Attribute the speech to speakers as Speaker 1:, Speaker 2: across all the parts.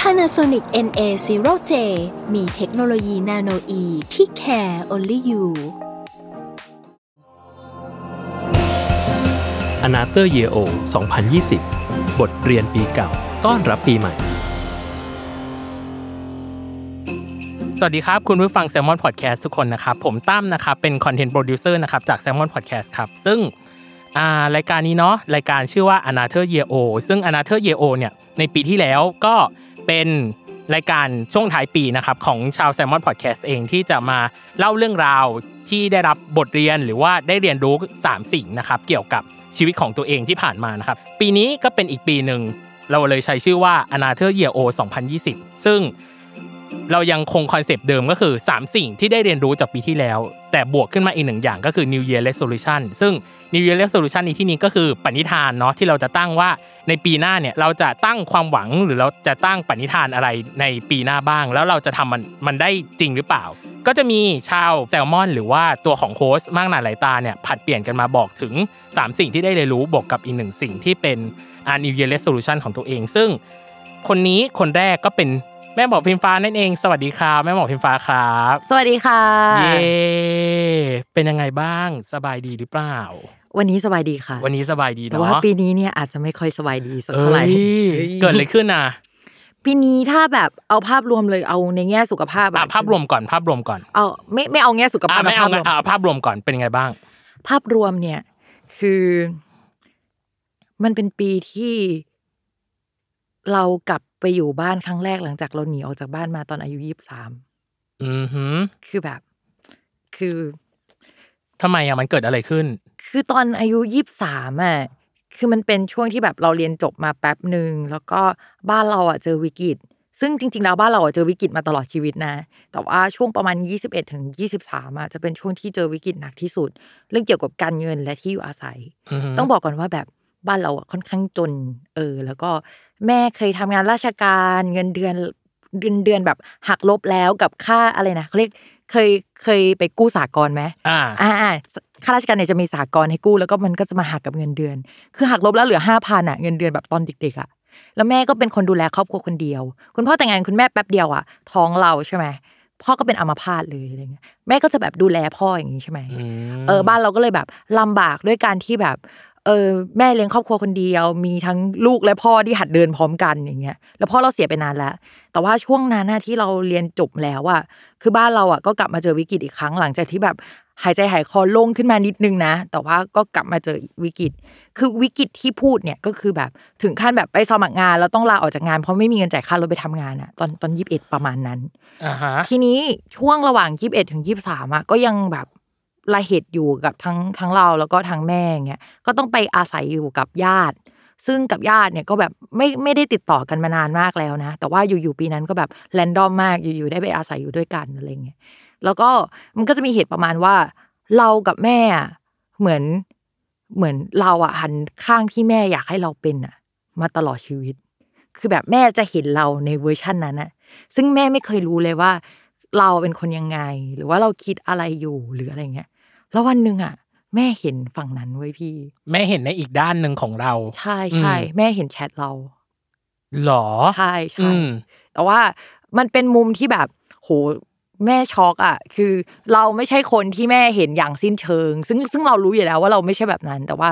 Speaker 1: Panasonic NA0J มีเทคโนโลยีนาโนอีที่ care only you
Speaker 2: a n a t e r Year O 2020 บทเรียนปีเก่า ต้อนรับปีใหม่
Speaker 3: สวัสดีครับ คุณผู้ฟัง s ซ l m o n Podcast ทุกคนนะครับ ผมตั้มนะครับ เป็นคอนเทนต์โปรดิวเซอร์นะครับ จาก s ซ l m o n Podcast ครับ ซึ่งอ่ารายการนี้เนาะรายการชื่อว่า a n a t h e r Year O ซึ่ง a n a t h e r Year O เนี่ยในปีที่แล้วก็เป็นรายการช่วงท้ายปีนะครับ ของชาว s ซ l m o n Podcast เองที่จะมาเล่าเรื่องราวที่ได้รับบทเรียนหรือว่าได้เรียนรู้สามสิ่งนะครับเกี่ยวกับชีวิตของตัวเองที่ผ่านมานะครับปีนี้ก็เป็นอีกปีหนึ่งเราเลยใช้ชื่อว่า a n a t h e r Year O 2020 ซึ่ง เรายังคงคอนเซปต์เดิมก็คือ 3 สิ่งที่ได้เรียนรู้จากปีที่แล้ว แต่บวกขึ้นมาอีกหนึ่งอย่างก็คือ New Year Resolution ซึ่ง New Year Resolution ในที่นี้ก็คือปณิธานเนาะที่เราจะตั้งว่าในปีหน้าเนี่ยเราจะตั้งความหวังหรือเราจะตั้งปณิธานอะไรในปีหน้าบ้าง แล้วเราจะทำมันมันได้จริงหรือเปล่า ก็จะมีชาวแซลมอน หรือว่าตัวของโฮสต์มากหนาหลายตาเนี่ยผลัดเปลี่ยนกันมาบอกถึง 3 สิ่งที่ได้เรียนรู้บวกกับอีกหนึ่งสิ่งที่เป็นอัน New Year Resolution ของตัวเอง ซึ่ง คนนี้คนแรกก็เป็นแม่หมอพิมฟ้านั่นเอง สวัสดีครับแม่หมอพิมฟ้าครับ
Speaker 4: สวัสดีค่ะ
Speaker 3: เย้เป็นยังไงบ้างสบายดีหรือเปล่า
Speaker 4: วันนี้สบายดีค่ะ
Speaker 3: วันนี้สบายดี
Speaker 4: แต่
Speaker 3: เนาะ
Speaker 4: ว่าปีนี้เนี่ยอาจจะไม่ค่อยสบายดีสัก
Speaker 3: เอ้
Speaker 4: เท่าไหร่
Speaker 3: ยเกิดอะไรขึ้นน่ะ
Speaker 4: ปีนี้ถ้าแบบเอาภาพรวมเลยเอาในแง่สุขภาพอะ
Speaker 3: อ่ะภาพรวมก่อนภาพรวมก่อน
Speaker 4: เอาไม่ไม่เอาแง่สุข
Speaker 3: อ่ะ
Speaker 4: ภาพ
Speaker 3: ไม่เอา
Speaker 4: ภาพรวม
Speaker 3: อ่ะภาพรวมก่อนเป็นยังไงบ้าง
Speaker 4: ภาพรวมเนี่ย คือ มันเป็นปีที่ เรากลับไปอยู่บ้านครั้งแรกหลังจากเราหนีออกจากบ้านมาตอนอายุยี่สิบสาม
Speaker 3: อือหือ
Speaker 4: คือแบบ คือ
Speaker 3: ทำไมอ่ะมันเกิดอะไรขึ้น
Speaker 4: คือตอนอายุยี่สามอ่ะ คือมันเป็นช่วงที่แบบเราเรียนจบมาแป๊บหนึ่งแล้วก็บ้านเราอ่ะเจอวิกฤต ซึ่งจริง ๆ แล้วบ้านเราอ่ะเจอวิกฤตมาตลอดชีวิตนะ แต่ว่าช่วงประมาณ 21ถึง23อ่ะจะเป็นช่วงที่เจอวิกฤตหนักที่สุด เรื่องเกี่ยวกับการเงินและที่อยู่อาศัย
Speaker 3: อืหื
Speaker 4: ต้องบอกก่อนว่าแบบบ้านเราอ่ะค่อนข้างจน เออ แล้วก็แม่เคยทำงานราชการเงินเดือนเดือนเดือนแบบหักลบแล้วกับค่าอะไรนะเขาเรียกเคยเคยไปกู้สากลไหม
Speaker 3: อ่า
Speaker 4: อ่าข้าราชการเนี่ยจะมีสากลให้กู้แล้วก็มันก็จะมาหักกับเงินเดือน คือหักลบแล้วเหลือห้าพันอ่ะเงินเดือนแบบตอนเด็กๆอ่ะแล้วแม่ก็เป็นคนดูแลครอบครัวคนเดียว คุณพ่อแต่งงานคุณแม่แป๊บเดียวอ่ะท้องเราใช่ไหมพ่อก็เป็นอัมพาตเลยอะไรเงี้ยแม่ก็จะแบบดูแลพ่ออย่างนี้ใช่ไหม
Speaker 3: ม
Speaker 4: เออบ้านเราก็เลยแบบลำบากด้วยการที่แบบเออแม่เลี้ยงครอบครัวคนเดียว มีทั้งลูกและพ่อที่หัดเดินพร้อมกันอย่างเงี้ยแล้วพ่อเราเสียไปนานแล้ว แต่ว่าช่วงนั้นน่ะที่เราเรียนจบแล้วอะคือบ้านเราอะก็กลับมาเจอวิกฤตอีกครั้งหลังจากที่แบบหายใจหายคอโล่งขึ้นมานิดนึงนะ แต่ว่าก็กลับมาเจอวิกฤต คือวิกฤตที่พูดเนี่ยก็คือแบบถึงขั้นแบบไปสมัครงานแล้วต้องลาออกจากงานเพราะไม่มีเงินจ่ายค่ารถไปทำงานอะตอนตอนยี่สิบเอ็ดประมาณนั้น
Speaker 3: อ่าฮะ
Speaker 4: ทีนี้ช่วงระหว่างยี่สิบเอ็ดถึงยี่สิบสามอ่ะก็ยังแบบละเหตุอยู่กับทั้งทั้งเราแล้วก็ทั้งแม่เงี้ยก็ต้องไปอาศัยอยู่กับญาติ ซึ่งกับญาติเนี่ยก็แบบไม่ไม่ได้ติดต่อกันมานานมากแล้วนะ แต่ว่าอยู่ๆปีนั้นก็แบบแรนดอมมากอยู่ๆได้ไปอาศัยอยู่ด้วยกันอะไรเงี้ยแล้วก็มันก็จะมีเหตุประมาณว่า เรากับแม่อะเหมือนเหมือนเราอ่ะหันข้างที่แม่อยากให้เราเป็นอ่ะ มาตลอดชีวิต คือแบบแม่จะเห็นเราในเวอร์ชันนั้นอะ ซึ่งแม่ไม่เคยรู้เลยว่า เราเป็นคนยังไง หรือว่าเราคิดอะไรอยู่หรืออะไรเงี้ยแล้ววันหนึ่งอ่ะ แม่เห็นฝั่งนั้นไว้ยพี่
Speaker 3: แม่เห็นในอีกด้านหนึ่งของเรา
Speaker 4: ใช่ใช่
Speaker 3: อืม
Speaker 4: แม่เห็นแชทเรา
Speaker 3: หรอ
Speaker 4: ใช่
Speaker 3: อื
Speaker 4: ใช่
Speaker 3: ม
Speaker 4: แต่ว่ามันเป็นมุมที่แบบ โหแม่ช็อกอ่ะ คือเราไม่ใช่คนที่แม่เห็นอย่างสิ้นเชิง ซึ่งซึ่งเรารู้อยู่แล้วว่าเราไม่ใช่แบบนั้น แต่ว่า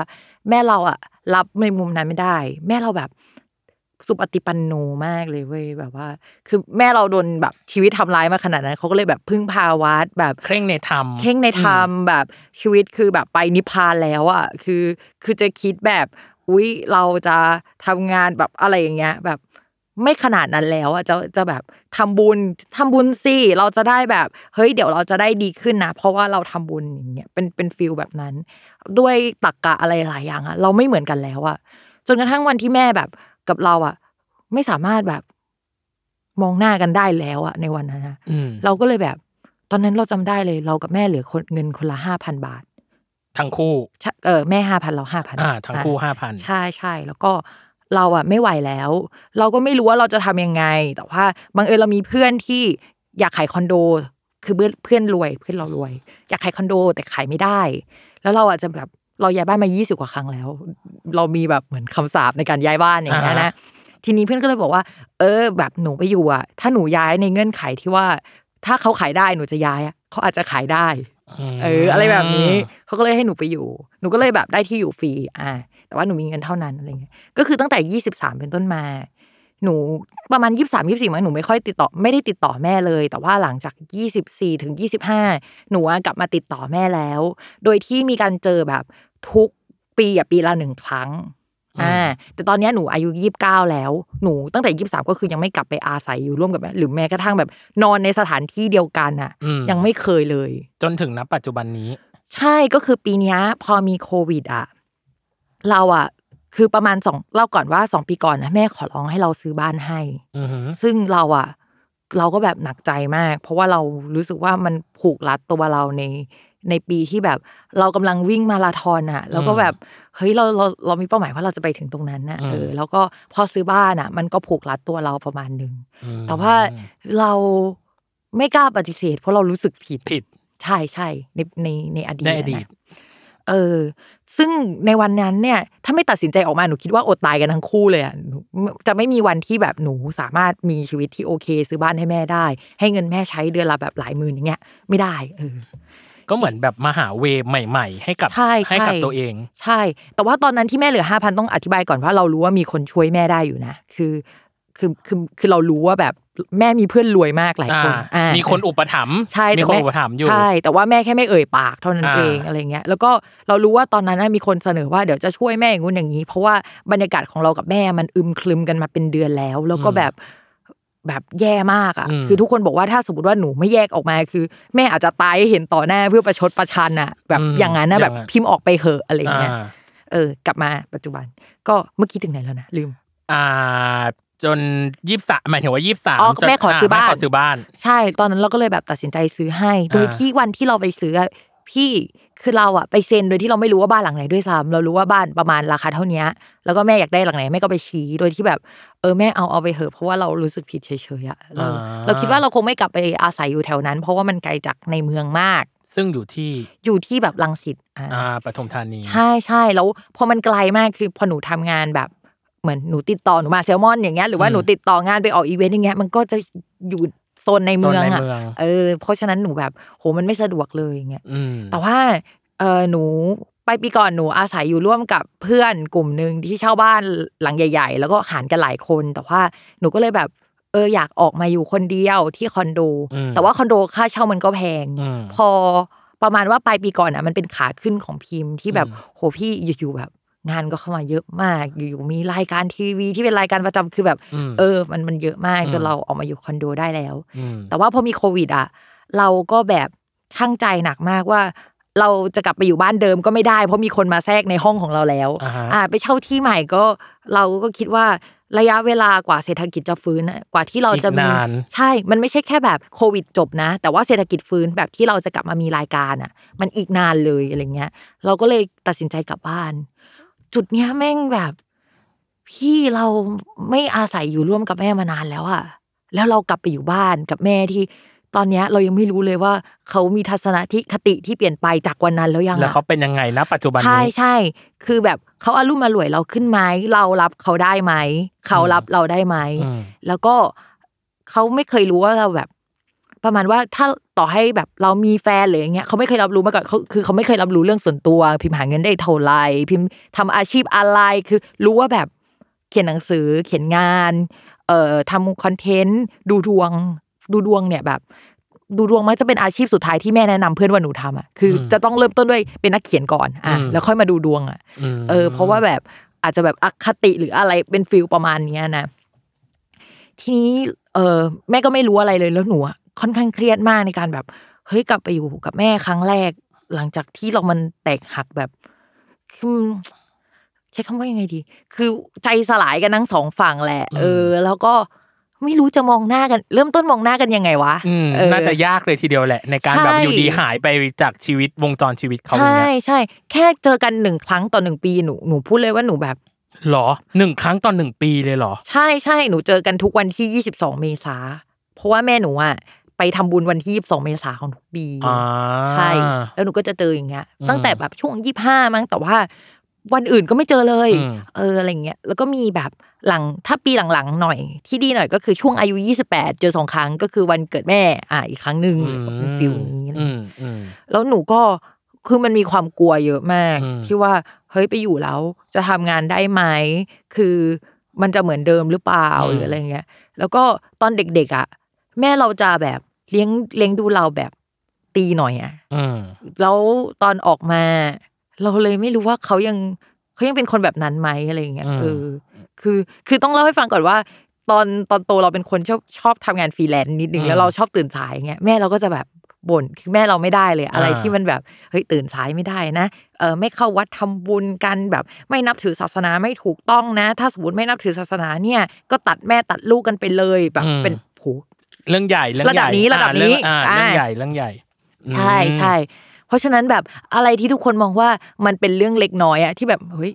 Speaker 4: แม่เราอ่ะ รับในมุมนั้นไม่ได้ แม่เราแบบสุปฏิปันโนมากเลยเว้ยแบบว่า คือแม่เราโดนแบบชีวิตทำร้ายมาขนาดนั้นเขาก็เลยแบบพึ่งพาวัดแบบ
Speaker 3: เคร่งในธรรม
Speaker 4: เข่งในธรรมแบบชีวิตคือแบบไปนิพพานแล้วอ่ะคือคือจะคิดแบบอุ๊ยเราจะทำงานแบบอะไรอย่างเงี้ย แบบไม่ขนาดนั้นแล้วอ่ะจะจะแบบทำบุญทำบุญสิเราจะได้แบบ เฮ้ยเดี๋ยวเราจะได้ดีขึ้นนะ เพราะว่าเราทำบุญอย่างเงี้ยเป็นเป็นฟิลแบบนั้น ด้วยตรกกะอะไรหลายอย่างอ่ะเราไม่เหมือนกันแล้วอ่ะจนกระทั่งวันที่แม่แบบกับเราอ่ะ ไม่สามารถแบบ มองหน้ากันได้แล้วอะในวันนั้นอะ
Speaker 3: อืม
Speaker 4: เราก็เลยแบบ ตอนนั้นเราจำได้เลย เรากับแม่เหลือคนเงินคนละห้าพันบาท
Speaker 3: ทั้งคู่
Speaker 4: ชะเออแม่ห้าพันเราห้าพัน
Speaker 3: อ่าทั้งคู่ห้าพัน
Speaker 4: ใช่ใช่แล้วก็เราอะไม่ไหวแล้ว เราก็ไม่รู้ว่าเราจะทำยังไง แต่ว่าบังเอิญเรามีเพื่อนที่อยากขายคอนโด คือเพื่อนเพื่อนรวยเพื่อนเรารวย อยากขายคอนโดแต่ขายไม่ได้ แล้วเราอาจจะแบบเราย้ายบ้านมา 20 กว่าครั้งแล้ว เรามีแบบเหมือนคำสาปในการย้ายบ้านอย่างเงี้ย
Speaker 3: อ่า
Speaker 4: นะ
Speaker 3: ฮะ
Speaker 4: ทีนี้เพื่อนก็เลยบอกว่า เออ แบบหนูไปอยู่อะถ้าหนูย้ายในเงื่อนไขที่ว่า ถ้าเขาขายได้หนูจะย้ายอะเขาอาจจะขายได้
Speaker 3: ม
Speaker 4: เอออะไรแบบนี้เขาก็เลยให้หนูไปอยู่ หนูก็เลยแบบได้ที่อยู่ฟรีอ่า แต่ว่าหนูมีเงินเท่านั้นอะไรเงี้ยก็คือตั้งแต่ยี่สิบสามเป็นต้นมา หนูประมาณยี่สามยี่สี่มั้งหนูไม่ค่อยติดต่อไม่ได้ติดต่อแม่เลย แต่ว่าหลังจากยี่สิบสี่ถึงยี่สิบห้าหนูอะกลับมาติดต่อแม่แล้ว โดยที่มีการเจอแบบทุกปีอะปีละหนึ่งครั้งอ่าแต่ตอนเนี้ยหนูอายุยี่บเก้าแล้ว หนูตั้งแต่ยี่สามก็คือยังไม่กลับไปอาศัยอยู่ร่วมกับแม่หรือแม้กระทั่งแบบนอนในสถานที่เดียวกันอะ
Speaker 3: อืม
Speaker 4: ยังไม่เคยเลย
Speaker 3: จนถึงณปัจจุบันนี้
Speaker 4: ใช่ก็คือปีเนี้ยพอมีโควิดอ่ะเราอ่ะ คือประมาณสองเล่าก่อนว่าสองปีก่อนนะแม่ขอร้องให้เราซื้อบ้านให้
Speaker 3: อือหือ
Speaker 4: ซึ่งเราอ่ะ เราก็แบบหนักใจมาก เพราะว่าเรารู้สึกว่ามันผูกรัดตัวเราในในปีที่แบบ เรากำลังวิ่งมาราธอนอ่ะ แล้วก็แบบเฮ้ยเราเราเรามีเป้าหมายว่าเราจะไปถึงตรงนั้นน่ะ
Speaker 3: อืม
Speaker 4: เออแล้วก็พอซื้อบ้านอ่ะ มันก็ผูกรัดตัวเราประมาณหนึ่ง
Speaker 3: อืม
Speaker 4: แต่ว่าเราไม่กล้าปฏิเสธ เพราะเรารู้สึกผิด
Speaker 3: ผิด
Speaker 4: ใช่ใช่ในในในอดีต
Speaker 3: ในอดีต
Speaker 4: ะเออ ซึ่งในวันนั้นเนี่ย ถ้าไม่ตัดสินใจออกมาหนูคิดว่าอดตายกันทั้งคู่เลยอ่ะหนูจะไม่มีวันที่แบบหนูสามารถมีชีวิตที่โอเค ซื้อบ้านให้แม่ได้ ให้เงินแม่ใช้เดือนละแบบหลายหมื่นอย่างเงี้ยไม่ได้เออ
Speaker 3: ก็เหมือนแบบมาหาเวใหม่ ๆ ให้กับ
Speaker 4: ใช่ใช่
Speaker 3: ให้กับตัวเอง
Speaker 4: ใช่ แต่ว่าตอนนั้นที่แม่เหลือห้าพันต้องอธิบายก่อนว่าเรารู้ว่ามีคนช่วยแม่ได้อยู่นะคือคือคือคือเรารู้ว่าแบบแม่มีเพื่อนรวยมากหลาย
Speaker 3: อ่า
Speaker 4: คนอ่า
Speaker 3: มีคนอุปถัมภ์
Speaker 4: ใช่
Speaker 3: มี
Speaker 4: แต่
Speaker 3: คน
Speaker 4: แ
Speaker 3: อุปถัมภ์อยู่
Speaker 4: ใช่ แต่ว่าแม่แค่ไม่เอ่ยปากเท่านั้น
Speaker 3: อ่า
Speaker 4: เองอะไรเงี้ย แล้วก็เรารู้ว่าตอนนั้นน่ะมีคนเสนอว่าเดี๋ยวจะช่วยแม่อย่างงู้นอย่างนี้ เพราะว่าบรรยากาศของเรากับแม่มันอึมครึมกันมาเป็นเดือนแล้ว แล้วก็แบบแบบแย่มากอ่ะ
Speaker 3: อืม
Speaker 4: คือทุกคนบอกว่าถ้าสมมติว่าหนูไม่แยกออกมาคือ แม่อาจจะตายให้เห็นต่อหน้าเพื่อประชดประชันอ่ะ แบบ
Speaker 3: อืม
Speaker 4: อย่างนั้นนะแบบ
Speaker 3: อย่างนั้น
Speaker 4: พิมพ์ออกไปเหอะอะไรเงี้ย
Speaker 3: อ่า
Speaker 4: เออกลับมาปัจจุบัน ก็เมื่อกี้ถึงไหนแล้วนะลืม
Speaker 3: อ่า จนยี่สิบสามหมายถึงว่ายี่สิบสาม
Speaker 4: อ๋อแม่ขอซื้อบ้าน
Speaker 3: ขอซื้อบ้าน
Speaker 4: ใช่ ตอนนั้นเราก็เลยแบบตัดสินใจซื้อให้ โดย
Speaker 3: อ่า
Speaker 4: ที่วันที่เราไปซื้ออะพี่คือเราอะไปเซ็นโดยที่เราไม่รู้ว่าบ้านหลังไหนด้วยซ้ำเรารู้ว่าบ้านประมาณราคาเท่าเนี้ยแล้วก็แม่อยากได้หลังไหนแม่ก็ไปชี้โดยที่แบบเออแม่เอาเอาไปเถอะเพราะว่าเรารู้สึกผิดเฉยๆอะเราเราคิดว่าเราคงไม่กลับไปอาศัยอยู่แถวนั้น เพราะว่ามันไกลจากในเมืองมาก
Speaker 3: ซึ่งอยู่ที่
Speaker 4: อยู่ที่แบบลังสิตอ่า
Speaker 3: อ่าปทุมธานี
Speaker 4: ใช่ใช่แล้วพอมันไกลมากคือพอหนูทำงานแบบเหมือนหนูติดต่อหนูมาแซลมอนอย่างเงี้ยหรือว่า
Speaker 3: อืม
Speaker 4: หนูติดต่องานไปออกอีเวนต์อย่างเงี้ยมันก็จะอยู่โซนในเมือง
Speaker 3: โซนใน
Speaker 4: อ่ะ
Speaker 3: เมือง
Speaker 4: เออเพราะฉะนั้นหนูแบบโหมันไม่สะดวกเลยอย่างเงี้ย
Speaker 3: อืม
Speaker 4: แต่ว่าเออหนูไปปีก่อนหนูอาศัยอยู่ร่วมกับเพื่อนกลุ่มหนึ่งที่เช่าบ้านหลังใหญ่ ๆ แล้วก็หารกันหลายคนแต่ว่าหนูก็เลยแบบเอออยากออกมาอยู่คนเดียวที่คอนโด
Speaker 3: อืม
Speaker 4: แต่ว่าคอนโดค่าเช่ามันก็แพง
Speaker 3: อืม
Speaker 4: พอประมาณว่าปลายปีก่อนอ่ะมันเป็นขาขึ้นของพิมพ์ที่แบบ
Speaker 3: อืม
Speaker 4: โหพี่อยู่ๆแบบ งานก็เข้ามาเยอะมาก อยู่ๆมีรายการทีวีที่เป็นรายการประจำคือแบบ
Speaker 3: ม
Speaker 4: เออ มันมันเยอะมาก
Speaker 3: อืม
Speaker 4: จนเราออกมาอยู่คอนโดได้แล้ว
Speaker 3: ม
Speaker 4: แต่ว่าพอมีโควิดอ่ะเราก็แบบช่างใจหนักมากว่า เราจะกลับไปอยู่บ้านเดิมก็ไม่ได้ เพราะมีคนมาแทรกในห้องของเราแล้ว
Speaker 3: อ่าฮะ
Speaker 4: อ่าไปเช่าที่ใหม่ก็เราก็คิดว่าระยะเวลากว่าเศรษฐกิจจะฟื้นน่ะกว่าที่เราจะมี
Speaker 3: อีกนาน
Speaker 4: ใช่ มันไม่ใช่แค่แบบโควิดจบนะ แต่ว่าเศรษฐกิจฟื้นแบบที่เราจะกลับมามีรายการอ่ะ มันอีกนานเลยอะไรเงี้ย เราก็เลยตัดสินใจกลับบ้าน จุดเนี้ยแม่งแบบพี่เราไม่อาศัยอยู่ร่วมกับแม่มานานแล้วอะแล้วเรากลับไปอยู่บ้านกับแม่ที่ ตอนเนี้ยเรายังไม่รู้เลยว่าเขามีทัศนคติที่เปลี่ยนไปจากวันนั้นแล้วยังอะ
Speaker 3: แล้วเขาเป็นยังไงนะปัจจุบัน
Speaker 4: ใช่
Speaker 3: นี้
Speaker 4: ใช่ คือแบบเขาอารุ่มมารวยเราขึ้นไหมเรารับเขาได้ไหม เขารับเราได้ไหม
Speaker 3: อืม
Speaker 4: แล้วก็เขาไม่เคยรู้ว่าเราแบบ ประมาณว่าถ้าต่อให้แบบเรามีแฟนหรืออย่างเงี้ยเขาไม่เคยรับรู้มาก่อนเขาคือเขาไม่เคยรับรู้เรื่องส่วนตัว พิมพ์หาเงินได้เท่าไหร่พิมพ์ทำอาชีพอะไรคือรู้ว่าแบบเขียนหนังสือเขียนงาน เอ่อทำคอนเทนต์ดูดวง ดูดวงเนี่ยแบบ ดูดวงมันจะเป็นอาชีพสุดท้ายที่แม่แนะนำเพื่อนว่าหนูทำอ่ะคืออ
Speaker 3: ม
Speaker 4: จะต้องเริ่มต้นด้วยเป็นนักเขียนก่อนอ่ะ
Speaker 3: อืม
Speaker 4: แล้วค่อยมาดูดวงอ่ะ
Speaker 3: ม
Speaker 4: เออเพราะว่าแบบอาจจะแบบอคติหรืออะไรเป็นฟิลประมาณเนี้ยนะ ทีนี้เออแม่ก็ไม่รู้อะไรเลยแล้วหนูอะค่อนข้างเครียดมากในการแบบ เฮ้ยกลับไปอยู่กับแม่ครั้งแรก หลังจากที่เรามันแตกหักแบบคือมันใช้คำว่ายังไงดี คือใจสลายกันทั้งสองฝั่งแหละ เออ แล้วก็ ไม่รู้จะมองหน้ากัน เริ่มต้นมองหน้ากันยังไงวะ
Speaker 3: อืม
Speaker 4: เออ
Speaker 3: น่าจะยากเลยทีเดียวแหละ ในการแบบ
Speaker 4: ใช่
Speaker 3: อยู่ดีหายไปจากชีวิตวงจรชีวิตเขาอย่าง
Speaker 4: ใช่
Speaker 3: เงี้ย
Speaker 4: ใช่แค่เจอกันหนึ่งครั้งต่อหนึ่งปีหนูหนูพูดเลยว่าหนูแบบ
Speaker 3: หรอหนึ่งครั้งต่อหนึ่งปีเลยเหรอ
Speaker 4: ใช่ใช่หนูเจอกันทุกวันที่ 22 เมษาเพราะว่าแม่หนูอ่ะไปทำบุญวันที่ 22 เมษาของทุกปี
Speaker 3: อ่า
Speaker 4: ใช่แล้วหนูก็จะเจออย่างเงี้ย
Speaker 3: อืม
Speaker 4: ตั้งแต่แบบช่วง 25 มั้งแต่ว่า วันอื่นก็ไม่เจอเลย
Speaker 3: อืม
Speaker 4: เอออะไรเงี้ยแล้วก็มีแบบหลังถ้าปีหลังๆหน่อย ที่ดีหน่อยก็คือช่วงอายุ 28 เจอสองครั้งก็คือวันเกิดแม่อ่ะอีกครั้งหนึ่ง
Speaker 3: อืม
Speaker 4: ฟิลนี้อะไร
Speaker 3: อื
Speaker 4: เงี้ย
Speaker 3: มอืม
Speaker 4: แล้วหนูก็คือมันมีความกลัวเยอะมาก
Speaker 3: อืม
Speaker 4: ที่ว่าเฮ้ยไปอยู่แล้วจะทำงานได้ไหมคือมันจะเหมือนเดิมหรือเปล่าหรืออะไรเงี้ย แล้วก็ตอนเด็กๆอ่ะแม่เราจะแบบเลี้ยงเลี้ยงดูเราแบบตีหน่อยอ่ะ
Speaker 3: อืม
Speaker 4: แล้วตอนออกมา เราเลยไม่รู้ว่าเขายังเขายังเป็นคนแบบนั้นไหมอะไรเงี้ยเออคือคือต้องเล่าให้ฟังก่อนว่า ตอนตอนโตเราเป็นคนชอบชอบทำงานฟรีแลนซ์นิดนึงแล้วเราชอบตื่นสายเงี้ยแม่เราก็จะแบบบ่นคือแม่เราไม่ได้เลยอะไรที่มันแบบเฮ้ยตื่นสายไม่ได้นะเออไม่เข้าวัดทำบุญกันแบบไม่นับถือศาสนาไม่ถูกต้องนะ ถ้าสมมติไม่นับถือศาสนาเนี่ย ก็ตัดแม่ตัดลูกกันไปเลยแบบเป็นผู
Speaker 3: เรื่องใหญ่เรื่องใหญ่
Speaker 4: ระดับนี้ระดับนี้
Speaker 3: อ่าเรื่อง
Speaker 4: อ่า
Speaker 3: ใหญ่เรื่องใหญ่
Speaker 4: ใช่
Speaker 3: อืม
Speaker 4: ใช่ เพราะฉะนั้นแบบอะไรที่ทุกคนมองว่ามันเป็นเรื่องเล็กน้อยอะที่แบบเฮ้ย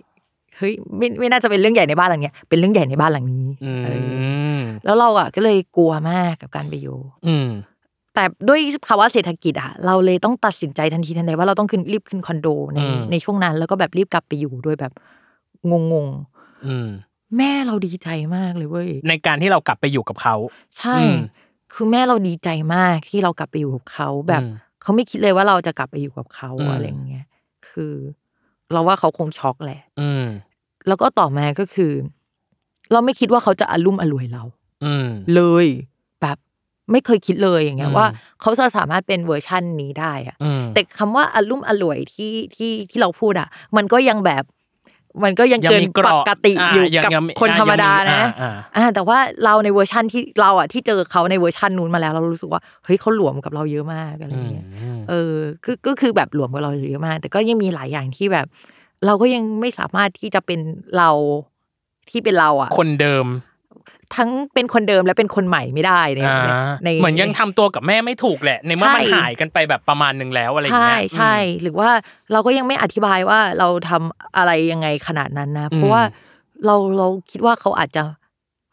Speaker 4: เฮ้ยไม่ไม่น่าจะเป็นเรื่องใหญ่ในบ้านหลังเนี้ยเป็นเรื่องใหญ่ในบ้านหลังนี้
Speaker 3: อื
Speaker 4: เออ
Speaker 3: ม
Speaker 4: แล้วเราอะก็เลยกลัวมากกับการไปอยู่
Speaker 3: อืม
Speaker 4: แต่ด้วยภาวะเศรษฐกิจอะเราเลยต้องตัดสินใจทันทีทันใดว่าเราต้องขึ้นรีบขึ้นคอนโดใน
Speaker 3: อืม
Speaker 4: ในช่วงนั้น แล้วก็แบบรีบกลับไปอยู่ด้วยแบบงง
Speaker 3: อืม
Speaker 4: ๆแม่เราดีใจมากเลยเว้ย
Speaker 3: ในการที่เรากลับไปอยู่กับเขา
Speaker 4: ใช่
Speaker 3: อืม
Speaker 4: คือแม่เราดีใจมากที่เรากลับไปอยู่กับเขาแบบ
Speaker 3: อืม
Speaker 4: เขาไม่คิดเลยว่าเราจะกลับไปอยู่กับเขา
Speaker 3: อืม
Speaker 4: อะไรอย่างเงี้ย คือ เราว่าเขาคงช็อกแหละ
Speaker 3: อืม
Speaker 4: แล้วก็ต่อมาก็คือ เราไม่คิดว่าเขาจะอารุ่มอร่วยเรา
Speaker 3: อืม
Speaker 4: เลย แบบไม่เคยคิดเลยอย่างเงี้
Speaker 3: อื
Speaker 4: ย
Speaker 3: ม
Speaker 4: ว่าเขาจะสามารถเป็นเวอร์ชั่นนี้ได้อะ
Speaker 3: อืม
Speaker 4: แต่คำว่าอารุ่มอร่วยที่ที่ที่เราพูดอะมันก็ยังแบบ มันก็ยัง
Speaker 3: ยัง
Speaker 4: เกิน
Speaker 3: มีเก
Speaker 4: ป
Speaker 3: ราะ
Speaker 4: กติ
Speaker 3: อ่า
Speaker 4: อยู่
Speaker 3: ยัง
Speaker 4: กับ
Speaker 3: ยังมี
Speaker 4: คน
Speaker 3: อ่า
Speaker 4: ธรรมดา
Speaker 3: ยังมี
Speaker 4: นะ
Speaker 3: อ่าอ่า
Speaker 4: อ่าแต่ว่าเราในเวอร์ชั่นที่เราอะที่เจอเขาในเวอร์ชั่นนู้นมาแล้ว เรารู้สึกว่าเฮ้ยเขาหลวมกับเราเยอะมากอะไรอย่างเงี้ย
Speaker 3: อืม
Speaker 4: เออคือก็คือแบบหลวมกับเราเยอะมาก แต่ก็ยังมีหลายอย่างที่แบบ เราก็ยังไม่สามารถที่จะเป็นเราที่เป็นเราอ่ะ
Speaker 3: คนเดิม
Speaker 4: ทั้งเป็นคนเดิมและเป็นคนใหม่ไม่ได้ใน
Speaker 3: อ่า
Speaker 4: ใน
Speaker 3: เหมือนยังทำตัวกับแม่ไม่ถูกแหละ ในเมื่อมัน
Speaker 4: ใช่
Speaker 3: หายกันไปแบบประมาณหนึ่งแล้วอะไรอย่าง
Speaker 4: ใช่
Speaker 3: เงี้ย
Speaker 4: ใช่หรือว่าเราก็ยังไม่อธิบายว่าเราทำอะไรยังไงขนาดนั้นนะ เพราะว่าเราเราคิดว่าเขาอาจจะ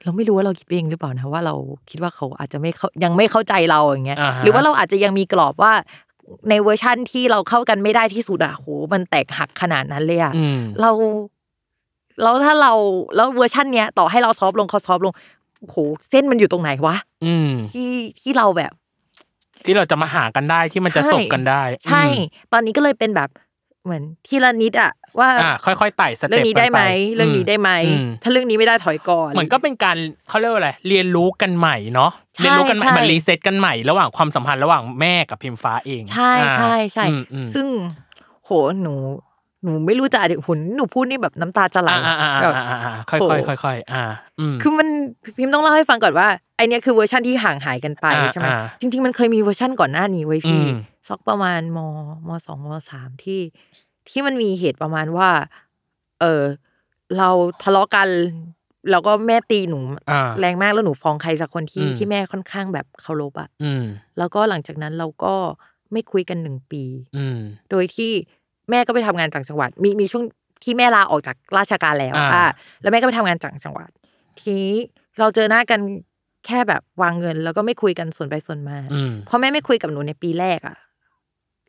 Speaker 4: เราไม่รู้ว่าเราคิดเองหรือเปล่านะว่าเราคิดว่าเขาอาจจะไม่เข้ายังไม่เข้าใจเราอย่างเงี้ย
Speaker 3: อ่าฮะ
Speaker 4: หรือว่าเราอาจจะยังมีกรอบว่าในเวอร์ชั่นที่เราเข้ากันไม่ได้ที่สุดอะโหมันแตกหักขนาดนั้นเลยอะ
Speaker 3: อืม
Speaker 4: เราแล้วถ้าเราแล้วเวอร์ชั่นเนี้ยต่อให้เราซอฟต์ลงเขาซอฟต์ลงโอ้โหเส้นมันอยู่ตรงไหนวะ
Speaker 3: อืม
Speaker 4: ที่ที่เราแบบ
Speaker 3: ที่เราจะมาหากันได้ที่มันจะ
Speaker 4: ใช่
Speaker 3: สบกันได้
Speaker 4: ใช่ ตอนนี้ก็เลยเป็นแบบเหมือนทีละนิดอะว่า
Speaker 3: อืมอ่า ค่อยๆไต่สเต็ป
Speaker 4: เรื่องนี้ได้ไหม
Speaker 3: กัป
Speaker 4: เรื่องนี้ได้ไหม
Speaker 3: อืม
Speaker 4: ถ้าเรื่องนี้ไม่ได้ถอยก่อน
Speaker 3: เหมือนก็เป็นการเขาเรียกว่าอะไรเรียนรู้กันใหม่เนาะ
Speaker 4: ใช่
Speaker 3: เรียนรู้กันใหม่
Speaker 4: ใช่
Speaker 3: มันรีเซ็ตกันใหม่ระหว่างความสัมพันธ์ระหว่างแม่กับพิมฟ้าเอง
Speaker 4: ใช่
Speaker 3: อ่า
Speaker 4: ใช่ใช่
Speaker 3: อืมอืม
Speaker 4: ซึ่งโหหนู หนูไม่รู้จะอธิหุนหนูพูดนี่แบบน้ำตาจะไหล
Speaker 3: อ่าอ่า
Speaker 4: แบบ
Speaker 3: อ่าอ่าอ่าค่อย
Speaker 4: โห
Speaker 3: ค่อยค่อยค่อยอ่า อืม
Speaker 4: คือมันพิมพ์ต้องเล่าให้ฟังก่อนว่าไอเนี้ยคือเวอร์ชันที่ห่างหายกันไป
Speaker 3: อ่า
Speaker 4: ใช่ไหม
Speaker 3: อ่า
Speaker 4: จริง ๆ มันเคยมีเวอร์ชันก่อนหน้านี้ไว้ยพี่
Speaker 3: อืม
Speaker 4: สักประมาณมมสองมสามที่ ที่มันมีเหตุประมาณว่า เออเราทะเลาะกันแล้วก็แม่ตีหนู
Speaker 3: อ่า
Speaker 4: แรงมากแล้วหนูฟ้องใครสักคนที่
Speaker 3: อืม
Speaker 4: ที่แม่ค่อนข้างแบบเคารพอะ
Speaker 3: อืม
Speaker 4: แล้วก็หลังจากนั้นเราก็ไม่คุยกันหนึ่งปี
Speaker 3: อืม
Speaker 4: โดยที่แม่ก็ไปทำงานต่างจังหวัด มีมีช่วงที่แม่ลาออกจากราชการแล้ว
Speaker 3: อ่า
Speaker 4: อ่าแล้วแม่ก็ไปทำงานต่างจังหวัด ทีนี้เราเจอหน้ากันแค่แบบวางเงิน แล้วก็ไม่คุยกันส่วนไปส่วนมา
Speaker 3: อืม
Speaker 4: เพราะแม่ไม่คุยกับหนูในปีแรกอ่ะ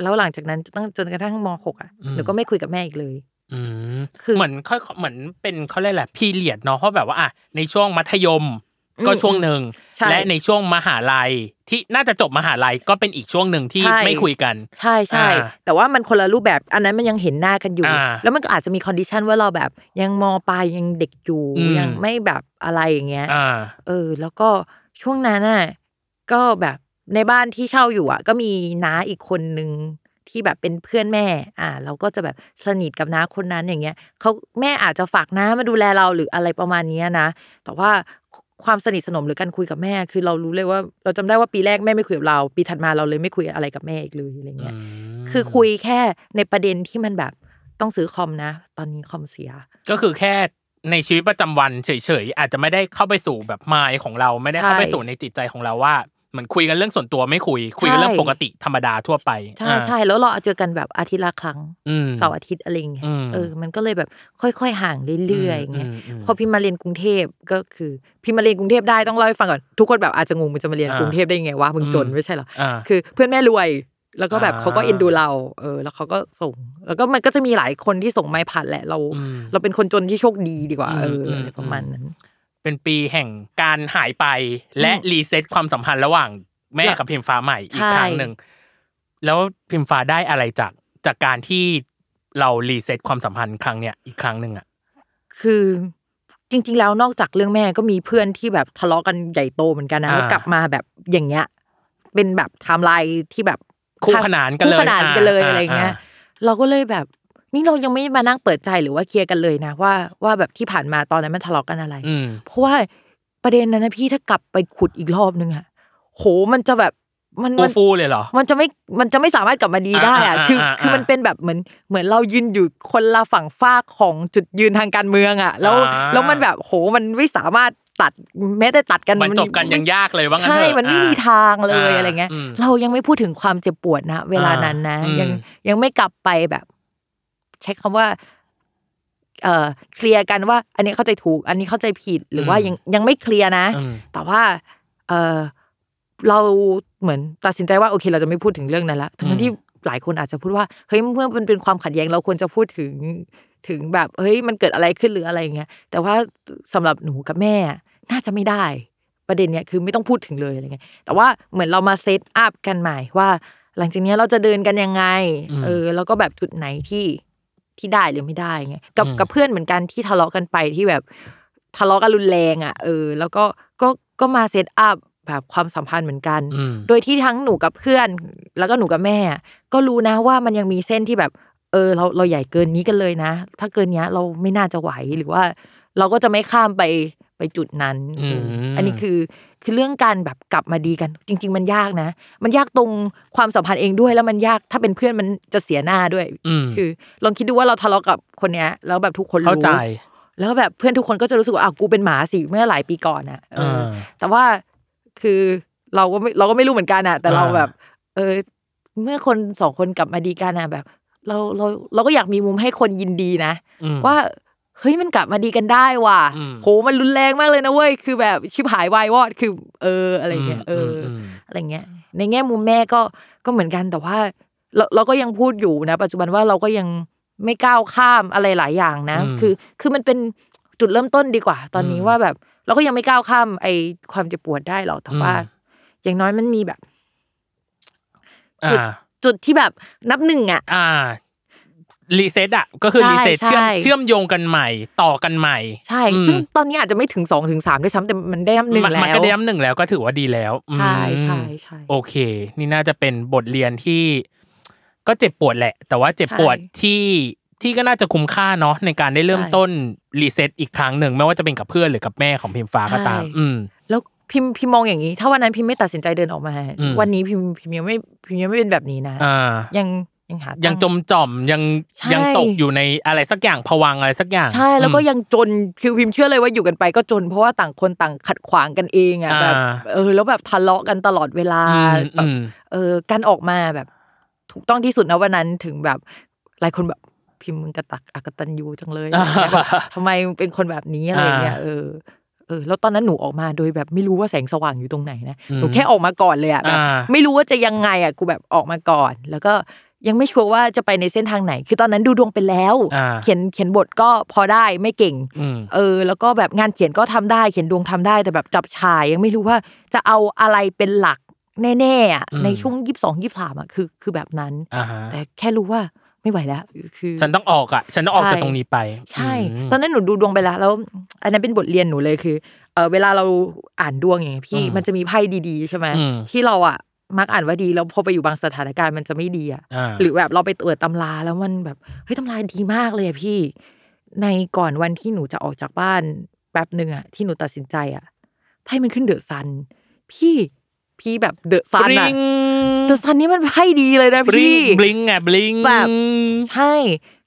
Speaker 4: แล้วหลังจากนั้นจนตั้งจนกระทั่งมหกอ่ะ
Speaker 3: อืม
Speaker 4: หนูก็ไม่คุยกับแม่อีกเลย
Speaker 3: อืม
Speaker 4: คือ
Speaker 3: เหมือนค่อยเหมือนเป็นเขาเรียกแหละพีเรียดเนาะเพราะแบบว่าอ่ะในช่วงมัธยมก็
Speaker 4: อืม
Speaker 3: ช่วงหนึ่ง
Speaker 4: ใช่
Speaker 3: และในช่วงมหาลัยที่น่าจะจบมหาลัยก็เป็นอีกช่วงหนึ่งที่
Speaker 4: ใช่
Speaker 3: ไม่คุยกัน
Speaker 4: ใช่ใช่
Speaker 3: อ่า
Speaker 4: แต่ว่ามันคนละรูปแบบอันนั้นมันยังเห็นหน้ากันอยู่
Speaker 3: อ่า
Speaker 4: แล้วมันก็อาจจะมีคอนดิชันว่าเราแบบยังมปลายยังเด็กอยู่
Speaker 3: อืม
Speaker 4: ยังไม่แบบอะไรอย่างเงี้ย
Speaker 3: อ่า
Speaker 4: เออแล้วก็ช่วงนั้นน่ะก็แบบในบ้านที่เช่าอยู่อ่ะ ก็มีน้าอีกคนนึงที่แบบเป็นเพื่อนแม่ อ่า เราก็จะแบบสนิทกับน้าคนนั้นอย่างเงี้ยเขาแม่อาจจะฝากน้ามาดูแลเราหรืออะไรประมาณเนี้ยนะ แต่ว่าความสนิทสนมหรือการคุยกับแม่ คือเรารู้เลยว่า เราจำได้ว่าปีแรกแม่ไม่คุยกับเรา ปีถัดมาเราเลยไม่คุยอะไรกับแม่อีกเลยอะไรเงี้ย คือคุยแค่ในประเด็นที่มันแบบต้องซื้อคอมนะ ตอนนี้คอมเสีย
Speaker 3: ก็คือแค่ ในชีวิตประจำวันเฉยๆอาจจะไม่ได้เข้าไปสู่แบบมายของเราไม่ได้เข้าไปสู่ในจิตใจของเราว่าเหมือนคุยกันเรื่องส่วนตัวไม่คุย คุยกันเรื่องปกติธรรมดาทั่วไป
Speaker 4: ใช่
Speaker 3: อ่า
Speaker 4: ใช่แล้วเราเจอกันแบบอาทิตย์ละครั้ง
Speaker 3: อืม
Speaker 4: เสาร์อาทิตย์อะไรอย่างเงี้ย
Speaker 3: อืม
Speaker 4: เออมันก็เลยแบบค่อย ๆ ห่างเรื่อยๆอย่างเงี้ย
Speaker 3: มม
Speaker 4: พอพิมพ์มาเรียนกรุงเทพก็คือพิมพ์มาเรียนกรุงเทพได้ต้องเล่าให้ฟังก่อนทุกคนแบบอาจจะงงมันจะมาเรียน
Speaker 3: อ่าก
Speaker 4: รุงเทพได้ไงวะมึงจน
Speaker 3: อืม
Speaker 4: ไม่ใช่เหรอ
Speaker 3: อ่า
Speaker 4: คือเพื่อนแม่รวย แล้วก็แบบ
Speaker 3: อ่า
Speaker 4: เขาก็เอ็นดูเราเออแล้วเขาก็ส่ง แล้วก็มันก็จะมีหลายคนที่ส่งไม้ผ่านแหละเรา
Speaker 3: ม
Speaker 4: เราเป็นคนจนที่โชคดีดีกว่า
Speaker 3: อืม
Speaker 4: เออ
Speaker 3: ม
Speaker 4: อะไรประมาณนั้น
Speaker 3: เป็นปีแห่งการหายไปและ
Speaker 4: อืม
Speaker 3: รีเซ็ตความสัมพันธ์ระหว่างแม่กับพิมฟ้าใหม่อีก
Speaker 4: ใช่
Speaker 3: ครั้งหนึ่งแล้วพิมฟ้าได้อะไรจากจากการที่เรารีเซ็ตความสัมพันธ์ครั้งเนี้ยอีกครั้งหนึ่งอ่ะ
Speaker 4: คือจริง ๆ แล้วนอกจากเรื่องแม่ก็มีเพื่อนที่แบบทะเลาะกันใหญ่โตเหมือนกันนะ
Speaker 3: อ่า
Speaker 4: แล้วกลับมาแบบอย่างเงี้ยเป็นแบบไทม์ไลน์ที่แบบ
Speaker 3: คู่ขนานกันเลย
Speaker 4: คู่ขนานกันเลยอะไรเงี้ย
Speaker 3: า
Speaker 4: เราก็เลยแบบนี่เรายังไม่มานั่งเปิดใจหรือว่าเคลียร์กันเลยนะว่าว่าแบบที่ผ่านมาตอนนั้นมันทะเลาะกันอะไร
Speaker 3: อืม
Speaker 4: เพราะว่าประเด็นนั้นนะพี่ถ้ากลับไปขุดอีกรอบนึงอะโหมันจะแบบมัน
Speaker 3: ฟู
Speaker 4: มัน
Speaker 3: ฟูเลยเหรอ
Speaker 4: มันจะไม่มันจะไม่สามารถกลับมาดีได้อะ
Speaker 3: อ่าอ่า
Speaker 4: คือ
Speaker 3: อ่า
Speaker 4: คือมันเป็นแบบเหมือนเหมือนเรายืนอยู่คนละฝั่งฝากของจุดยืนทางการเมืองอะแล้ว
Speaker 3: อ่า
Speaker 4: แล้วมันแบบโหมันไม่สามารถตัดแม้แต่ตัดกัน
Speaker 3: มันจบกันยังยากเลยว่างั้น
Speaker 4: ใช่
Speaker 3: เถอะ
Speaker 4: มันไม่
Speaker 3: อ่า
Speaker 4: มีทางเลย
Speaker 3: อ่า
Speaker 4: อะไรเงี้ย
Speaker 3: อืม
Speaker 4: เรายังไม่พูดถึงความเจ็บปวดนะ เวลานั้นนะ
Speaker 3: อ่ายั
Speaker 4: ยัง
Speaker 3: อืม
Speaker 4: ยังไม่กลับไปแบบ ใช้คำว่า เอ่อเคลียร์กันว่า อันนี้เข้าใจถูก อันนี้เข้าใจผิดหรือว่ายังยังไม่เคลียร์นะ
Speaker 3: อืม
Speaker 4: แต่ว่า เออเราเหมือนตัดสินใจว่าโอเค เราจะไม่พูดถึงเรื่องนั้นละทั้งๆที่หลายคนอาจจะพูดว่าเฮ้ยเมื่อมันเป็นความขัดแย้งเราควรจะพูดถึงถึงแบบเฮ้ยมันเกิดอะไรขึ้นหรืออะไรอย่างเงี้ยแต่ว่าสำหรับหนูกับแม่อะน่าจะไม่ได้ ประเด็นเนี้ยคือไม่ต้องพูดถึงเลยอะไรเงี้ยแต่ว่าเหมือนเรามาเซตอัพกันใหม่ว่า หลังจากเนี้ยเราจะเดินกันยังไง
Speaker 3: อืม
Speaker 4: เออแล้วก็แบบจุดไหนที่ที่ได้หรือไม่ได้ไงกับ
Speaker 3: อืม
Speaker 4: กับเพื่อนเหมือนกันที่ทะเลาะกันไปที่แบบ ทะเลาะกันรุนแรงอ่ะเออ แล้วก็ก็ก็มาเซตอัพแบบความสัมพันธ์เหมือนกัน
Speaker 3: อืม
Speaker 4: โดยที่ทั้งหนูกับเพื่อน แล้วก็หนูกับแม่อะก็รู้นะว่ามันยังมีเส้นที่แบบ เออ เราเราใหญ่เกินนี้กันเลยนะ ถ้าเกินเนี้ยเราไม่น่าจะไหวหรือว่า เราก็จะไม่ข้ามไปไปจุดนั้น
Speaker 3: อืม
Speaker 4: เอออันนี้คือคือเรื่องการแบบกลับมาดีกัน จริง ๆ มันยากนะ มันยากตรงความสัมพันธ์เองด้วยแล้วมันยากถ้าเป็นเพื่อนมันจะเสียหน้าด้วย
Speaker 3: อืม
Speaker 4: คือ ลองคิดดูว่าเราทะเลาะกับคนเนี้ยแล้วแบบทุกคนรู้
Speaker 3: เข้าใจ
Speaker 4: แล้วแบบเพื่อนทุกคนก็จะรู้สึกว่าอ้าวกูเป็นหมาสิเมื่อหลายปีก่อนอ่ะเอออ
Speaker 3: า
Speaker 4: แต่ว่าคือเราก็ไม่เราก็ไม่รู้เหมือนกันอ่ะ แต่เรา
Speaker 3: อ่า
Speaker 4: แบบ เออ เมื่อคนสองคนกลับมาดีกันอ่ะแบบ เราเราเราก็อยากมีมุมให้คนยินดีนะ
Speaker 3: อืม
Speaker 4: ว่าเฮ้ยมันกลับมาดีกันได้ว่ะ
Speaker 3: อืม
Speaker 4: โหมันรุนแรงมากเลยนะเว้ยคือแบบชิบหายวายวอดคือ เอออะไรเงี้ยเอออ
Speaker 3: ม
Speaker 4: อะไรเงี้ยในแง่มุมแม่ก็ก็เหมือนกันแต่ว่าเราเราก็ยังพูดอยู่นะ ปัจจุบันว่าเราก็ยังไม่ก้าวข้ามอะไรหลายอย่างนะ
Speaker 3: อืม
Speaker 4: คือคือมันเป็นจุดเริ่มต้นดีกว่า ตอนนี้
Speaker 3: อืม
Speaker 4: ว่าแบบ เราก็ยังไม่ก้าวข้ามไอความเจ็บปวดได้หรอกแต่ว่า
Speaker 3: อืม
Speaker 4: อย่างน้อยมันมีแบบ
Speaker 3: อ่า
Speaker 4: จุดที่แบบนับหนึ่งอ่ะ
Speaker 3: อ่ารีเซ็ตอ่ะ ก็คือ
Speaker 4: ใช่
Speaker 3: รีเซ็ต
Speaker 4: ใช่
Speaker 3: เชื่อมเชื่อมโยงกันใหม่ ต่อกันใหม่
Speaker 4: ใช่
Speaker 3: อืม
Speaker 4: ซึ่งตอนนี้อาจจะไม่ถึงสองถึงสามด้วยซ้ำแต่มันได้นับหนึ่ง
Speaker 3: มั
Speaker 4: แล้ว
Speaker 3: มันก็ได้ย้ำหนึ่งแล้วก็ถือว่าดีแล้ว
Speaker 4: ใช่
Speaker 3: อืม
Speaker 4: ใช่ใช่
Speaker 3: โอเค นี่น่าจะเป็นบทเรียนที่ก็เจ็บปวดแหละ แต่ว่าเจ็บปวด
Speaker 4: ใช่
Speaker 3: ที่ที่ก็น่าจะคุ้มค่าเนาะในการได้เริ่ม
Speaker 4: ใช่
Speaker 3: ต้นรีเซ็ตอีกครั้งหนึ่งไม่ว่าจะเป็นกับเพื่อนหรือกับแม่ของพิมฟ้าก็ตาม
Speaker 4: ใช่
Speaker 3: อืม
Speaker 4: แล้วพิมพ์พิมพ์มองอย่างนี้ ถ้าวันนั้นพิมพ์ไม่ตัดสินใจเดินออกมา
Speaker 3: อืม
Speaker 4: วันนี้พิมพ์พิมพ์ยังไม่พิมพ์ยังไม่เป็นแบบนี้นะ
Speaker 3: อ่า
Speaker 4: ยังยังหา
Speaker 3: ยั
Speaker 4: ยัง ง
Speaker 3: จมจ่อมยัง
Speaker 4: ใช่
Speaker 3: ยังตกอยู่ในอะไรสักอย่างผวังอะไรสักอย่าง
Speaker 4: ใช่แล้วก็
Speaker 3: อืม
Speaker 4: ยังจนคือพิมพ์เชื่อเลยว่าอยู่กันไปก็จน เพราะว่าต่างคนต่างขัดขวางกันเองอ่ะแบบ
Speaker 3: อ่า
Speaker 4: เออ แล้วแบบทะเลาะกันตลอดเวลา
Speaker 3: อืม
Speaker 4: แบบ
Speaker 3: อืม
Speaker 4: เออการออกมาแบบ ถูกต้องที่สุดนะวันนั้นถึงแบบหลายคนแบบพิมพ์มึงกระตักอักตันยูจังเลยอะไรเงี้ย แบบทำไมมึงเป็นคนแบบนี้อะไรเงี้ย
Speaker 3: อ่า
Speaker 4: เออเออ แล้วตอนนั้นหนูออกมาโดยแบบไม่รู้ว่าแสงสว่างอยู่ตรงไหนนะ
Speaker 3: อืม
Speaker 4: หนูแค่ออกมาก่อนเลยอ่ะแบบ
Speaker 3: อ่า
Speaker 4: ไม่รู้ว่าจะยังไงอ่ะกูแบบออกมาก่อน แล้วก็ยังไม่ชัวร์ว่าจะไปในเส้นทางไหน คือตอนนั้นดูดวงไปแล้ว
Speaker 3: อ่า
Speaker 4: เขียนเขียนบทก็พอได้ไม่เก่ง
Speaker 3: อืม
Speaker 4: เออ แล้วก็แบบงานเขียนก็ทำได้ เขียนดวงทำได้แต่แบบจับฉายยังไม่รู้ว่าจะเอาอะไรเป็นหลักแน่ๆอะ
Speaker 3: อืม
Speaker 4: ในช่วงยี่สิบสองยี่สามอ่ะคือคือแบบนั้น
Speaker 3: อ่าฮะ
Speaker 4: แต่แค่รู้ว่าไม่ไหวแล้วคือ
Speaker 3: ฉันต้องออกอ่ะ ฉันต้องออก
Speaker 4: ใช่
Speaker 3: จากตรงนี้ไป
Speaker 4: ใช่
Speaker 3: อืม
Speaker 4: ตอนนั้นหนูดูดวงไปแล้วแล้ว อันนั้นเป็นบทเรียนหนูเลยคือเออเวลาเราอ่านดวงอย่างเงี้ยพี่
Speaker 3: อืม
Speaker 4: มันจะมีไพ่ดีๆใช่ไหม
Speaker 3: อืม
Speaker 4: ที่เราอ่ะมักอ่านว่าดีแล้วพอไปอยู่บางสถานการณ์มันจะไม่ดีอ่ะ
Speaker 3: อ่า
Speaker 4: หรือแบบเราไปตรวจตำราแล้วมันแบบเฮ้ยตำราดีมากเลยอะพี่ ในก่อนวันที่หนูจะออกจากบ้านแป๊บหนึ่งอะที่หนูตัดสินใจอะไพ่มันขึ้นเดอะซัน พี่พี่แบบเดอะซันอะ
Speaker 3: Bling
Speaker 4: เดอะซันนี่มันไพ่ดีเลยนะ
Speaker 3: บลิง
Speaker 4: พี่
Speaker 3: บลิงไงบลิง
Speaker 4: แบบ ใช่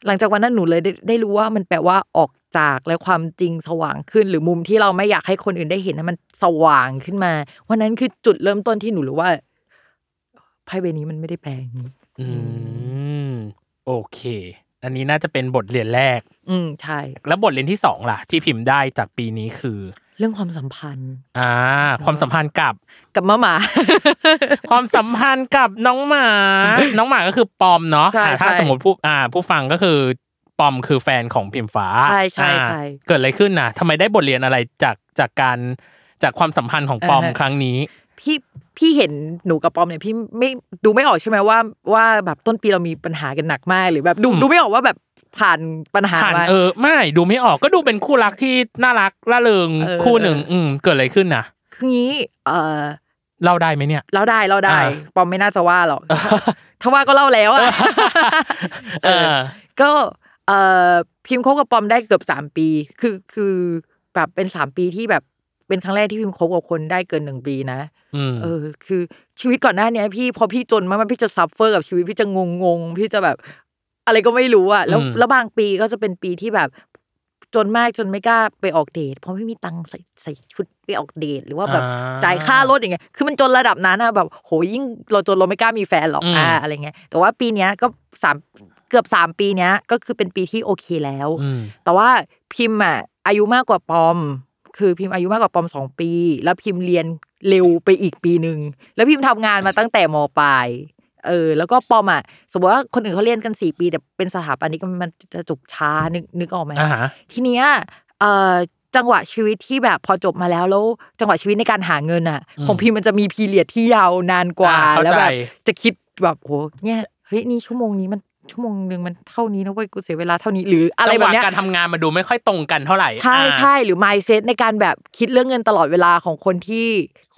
Speaker 4: หลังจากวันนั้นหนูเลยได้ได้รู้ว่ามันแปลว่าออก จากและความจริงสว่างขึ้น หรือมุมที่เราไม่อยากให้คนอื่นได้เห็นนะมันสว่างขึ้นมาวันนั้นคือจุดเริ่มต้นที่หนูรู้ว่าไพ่ใบนี้มันไม่ได้แปลงนี้
Speaker 3: อืม
Speaker 4: ม
Speaker 3: โอเค อันนี้น่าจะเป็นบทเรียนแรก
Speaker 4: อืมใช่
Speaker 3: แล้วบทเรียนที่สองล่ะ ที่พิมพ์ได้จากปีนี้คือ
Speaker 4: เรื่องความสัมพันธ์
Speaker 3: อ่า ความสัมพันธ์กับ
Speaker 4: กับมะหมา
Speaker 3: ความสัมพันธ์กับน้องหมา น้องหมาก็คือปอมเนาะ
Speaker 4: ใช่
Speaker 3: อ่าถ้า
Speaker 4: ใช่
Speaker 3: สมมติผู้อ่า ผู้ฟังก็คือปอมคือแฟนของพิมฟ้า
Speaker 4: ใช่ใช่
Speaker 3: อ่า
Speaker 4: ใช่
Speaker 3: เกิดอะไรขึ้นน่ะทำไมได้บทเรียนอะไรจากจากการจากความสัมพันธ์ของปอม
Speaker 4: อ่าฮะ
Speaker 3: ครั้งนี้
Speaker 4: พี่พี่เห็นหนูกับปอมเนี่ยพี่ไม่ดูไม่ออกใช่ไหมว่า ว่าแบบต้นปีเรามีปัญหากันหนักมากหรือแบบดู
Speaker 3: อืม
Speaker 4: ดูไม่ออกว่าแบบผ่านปัญหา
Speaker 3: ผ่าน
Speaker 4: มา
Speaker 3: เออไม่ดูไม่ออกก็ดูเป็นคู่รักที่น่ารักร่าเริง
Speaker 4: เออ
Speaker 3: คู่หนึ่ง
Speaker 4: เอออื
Speaker 3: อืมเกิดอะไรขึ้นน่ะ
Speaker 4: คืองี้เออ
Speaker 3: เล่าได้ไหมเนี่ย
Speaker 4: เราได้เราได้
Speaker 3: อ่า
Speaker 4: ปอมไม่น่าจะว่าหร อกถ้าว่าก็เล่าแล้ว อะ
Speaker 3: เอ
Speaker 4: เออ
Speaker 3: อ
Speaker 4: ก็เออพิมพ์คบกับปอมได้เกือบสามปี คือคือแบบเป็นสามปีที่แบบเป็นครั้งแรกที่พิมพ์คบกับคนได้เกินหนึ่งปีนะ
Speaker 3: อืม
Speaker 4: เออคือชีวิตก่อนหน้าเนี้ยพี่พอพี่จนมากๆพี่จะซัฟเฟอร์กับชีวิตพี่จะงงงๆพี่จะแบบอะไรก็ไม่รู้อะแล้วแล้วบางปีก็จะเป็นปีที่แบบจนมากจนไม่กล้าไปออกเดทเพราะไม่มีตังค์ใส่ใส่ชุดไปออกเดทหรือว่าแบบ
Speaker 3: อ่
Speaker 4: จ่ายค่ารถอย่างเงี้ยคือมันจนระดับนั้นอะแบบโหยิ่งเราจนเราไม่กล้ามีแฟนหรอกอ่าอะไรเงี้ยแต่ว่าปีเนี้ยก็สามเกือบสามปีเนี้ยก็คือเป็นปีที่โอเคแล้ว
Speaker 3: อืม
Speaker 4: แต่ว่าพิมพ์อ่ะอายุมากกว่าปอม คือพิมพ์อายุมากกว่าปอมสองปี แล้วพิมพ์เรียนเร็วไปอีกปีหนึ่งแล้วพิมพ์ทำงานมาตั้งแต่มปลายเออ แล้วก็ปอมอ่ะสมมติว่าคนอื่นเขาเรียนกันสี่ปี แต่เป็นสถาปนิกมันจะจบช้านึกนึกออกไหม
Speaker 3: อ่าฮะ
Speaker 4: ทีเนี้ยเอ่อจังหวะชีวิตที่แบบพอจบมาแล้วแล้ว จังหวะชีวิตในการหาเงินอ่ะ
Speaker 3: อืม
Speaker 4: ของพิมพ์มันจะมีพีเรียดที่ยาวนานกว่า
Speaker 3: อ่าเข้าใจ
Speaker 4: แล้วแบบจะคิดแบบโหเนี่ยเฮ้ยนี่ชั่วโมงนี้มันชั่วโมงหนึ่งมันเท่านี้นะเว้ยกูเสียเวลาเท่านี้หรืออะไรแบบเนี้
Speaker 3: จังห
Speaker 4: ย
Speaker 3: วการทำงานมันดูไม่ค่อยตรงกันเท่าไหร่
Speaker 4: ใช่
Speaker 3: อ่า
Speaker 4: ใช่หรือ mindset ในการแบบคิดเรื่องเงินตลอดเวลาของคนที่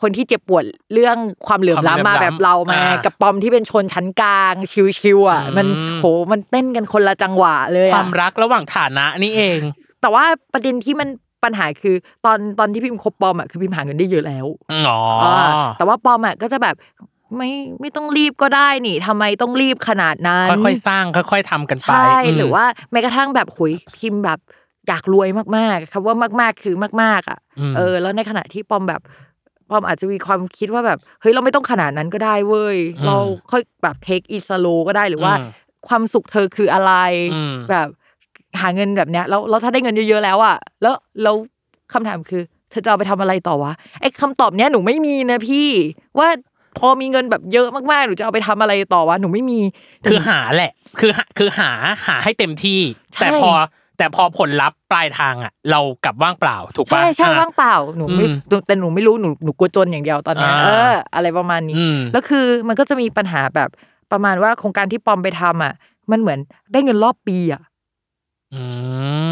Speaker 4: คนที่เจ็บปวดเรื่องความเหลื่อม
Speaker 3: ความเหลื่อม
Speaker 4: ล้ำมา
Speaker 3: ล้ำ
Speaker 4: แบบเรามา
Speaker 3: อ่ากั
Speaker 4: กับปอมที่เป็นชนชั้นกลาง ชิวๆอ่ะ
Speaker 3: อืม
Speaker 4: มันโหมันเต้นกันคนละจังหวะเลย
Speaker 3: ค
Speaker 4: อะ
Speaker 3: วามรักระหว่างฐานะนี่เอง
Speaker 4: แต่ว่าประเด็นที่มันปัญหาคือตอนตอนที่พิมพ์คบปอมอ่ะคือพิมพ์หาเงินได้เยอะแล้ว
Speaker 3: อ๋ออา
Speaker 4: แต่ว่าปอมอ่ะก็จะแบบไม่ไม่ต้องรีบก็ได้นี่ทำไมต้องรีบขนาดนั้น
Speaker 3: ค่อยๆสร้างค่อย ๆทำกันไป
Speaker 4: ใช่
Speaker 3: ม
Speaker 4: หรือว่าแม้กระทั่งแบบหุยพิมพ์แบบอยากรวยมากๆคำว่ามากๆคือมาก ๆ อ่ะ
Speaker 3: ม
Speaker 4: เออ แล้วในขณะที่ปอมแบบปอมอาจจะมีความคิดว่าแบบเฮ้ยเราไม่ต้องขนาดนั้นก็ได้เว้ยเราค่อยแบบเทคอิสโลก็ได้หรือว่า
Speaker 3: ม
Speaker 4: ความสุขเธอคืออะไร
Speaker 3: อืม
Speaker 4: แบบหาเงินแบบเนี้ยแล้วแล้วถ้าได้เงินเยอะๆแล้วอ่ะแล้วแล้วคำถามคือเธอจะเอาไปทำอะไรต่อวะไอ้คำตอบเนี้ยหนูไม่มีนะพี่ ว่าพอมีเงินแบบเยอะมากๆหนูจะเอาไปทำอะไรต่อวะหนูไม่มี
Speaker 3: คือหาแหละ คือหาคือหาหาให้เต็มที่
Speaker 4: ใช่
Speaker 3: แต่พอแต่พอผลลัพธ์ปลายทางอ่ะ เรากลับว่างเปล่าถูกปะ
Speaker 4: ใช่ใช่
Speaker 3: อ่ะ
Speaker 4: ว่างเปล่าหนูไม่
Speaker 3: อืม
Speaker 4: หนูแต่หนูไม่รู้หนูหนูกลัวจนอย่างเดียวตอนเนี้ย
Speaker 3: อ่า
Speaker 4: เออ อะไรประมาณนี้
Speaker 3: อืม
Speaker 4: แล้วคือมันก็จะมีปัญหาแบบประมาณว่าโครงการที่ปอมไปทำอ่ะ มันเหมือนได้เงินรอบปีอ่ะ
Speaker 3: อื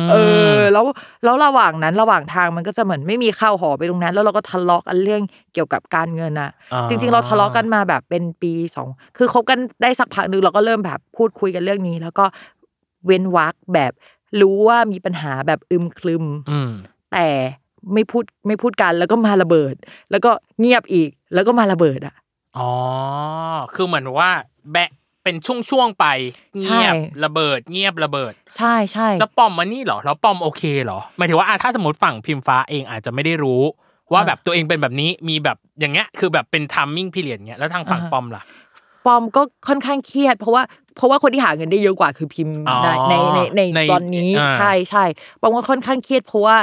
Speaker 3: ม
Speaker 4: เออ แล้วแล้วระหว่างนั้นระหว่างทางมันก็จะเหมือนไม่มีข้าวห่อไปตรงนั้น แล้วเราก็ทะเลาะกันเรื่องเกี่ยวกับการเงินอ่ะ
Speaker 3: อ่
Speaker 4: จริง ๆ เราทะเลาะกันมาแบบเป็นปีสองคือคบกันได้สักพักหนึ่งเราก็เริ่มแบบพูดคุยกันเรื่องนี้ แล้วก็เว้นวักแบบรู้ว่ามีปัญหาแบบอึมครึม
Speaker 3: อืม
Speaker 4: แต่ไม่พูดไม่พูดกันแล้วก็มาระเบิด แล้วก็เงียบอีกแล้วก็มาระเบิดอ่ะ
Speaker 3: อ๋อ คือเหมือนว่าแบะเป็นช่วงๆไป เงียบ
Speaker 4: ใช่
Speaker 3: ระเบิด เงียบระเบิด
Speaker 4: ใช่ใช่
Speaker 3: แล้วปอมมันนี่เหรอ แล้วปอมโอเคเหรอ หมายถึงว่าอ่ะถ้าสมมติฝั่งพิมฟ้าเองอาจจะไม่ได้รู้ ว่า
Speaker 4: อ่า
Speaker 3: แบบตัวเองเป็นแบบนี้มีแบบอย่างเงี้ย คือแบบเป็นทัมมิ่งพิเรียดเงี้ยแล้วทางฝั่ง
Speaker 4: อ่าฮะ
Speaker 3: ปอมล่ะ
Speaker 4: ปอมก็ค่อนข้างเครียด เพราะว่าเพราะว่าคนที่หาเงินได้เยอะกว่าคือพิมพ์
Speaker 3: อ๋อ
Speaker 4: ในในในใน
Speaker 3: ใน
Speaker 4: ตอนนี้
Speaker 3: อ่า
Speaker 4: ใช่ใช่ปอมก็ค่อนข้างเครียด เพราะว่า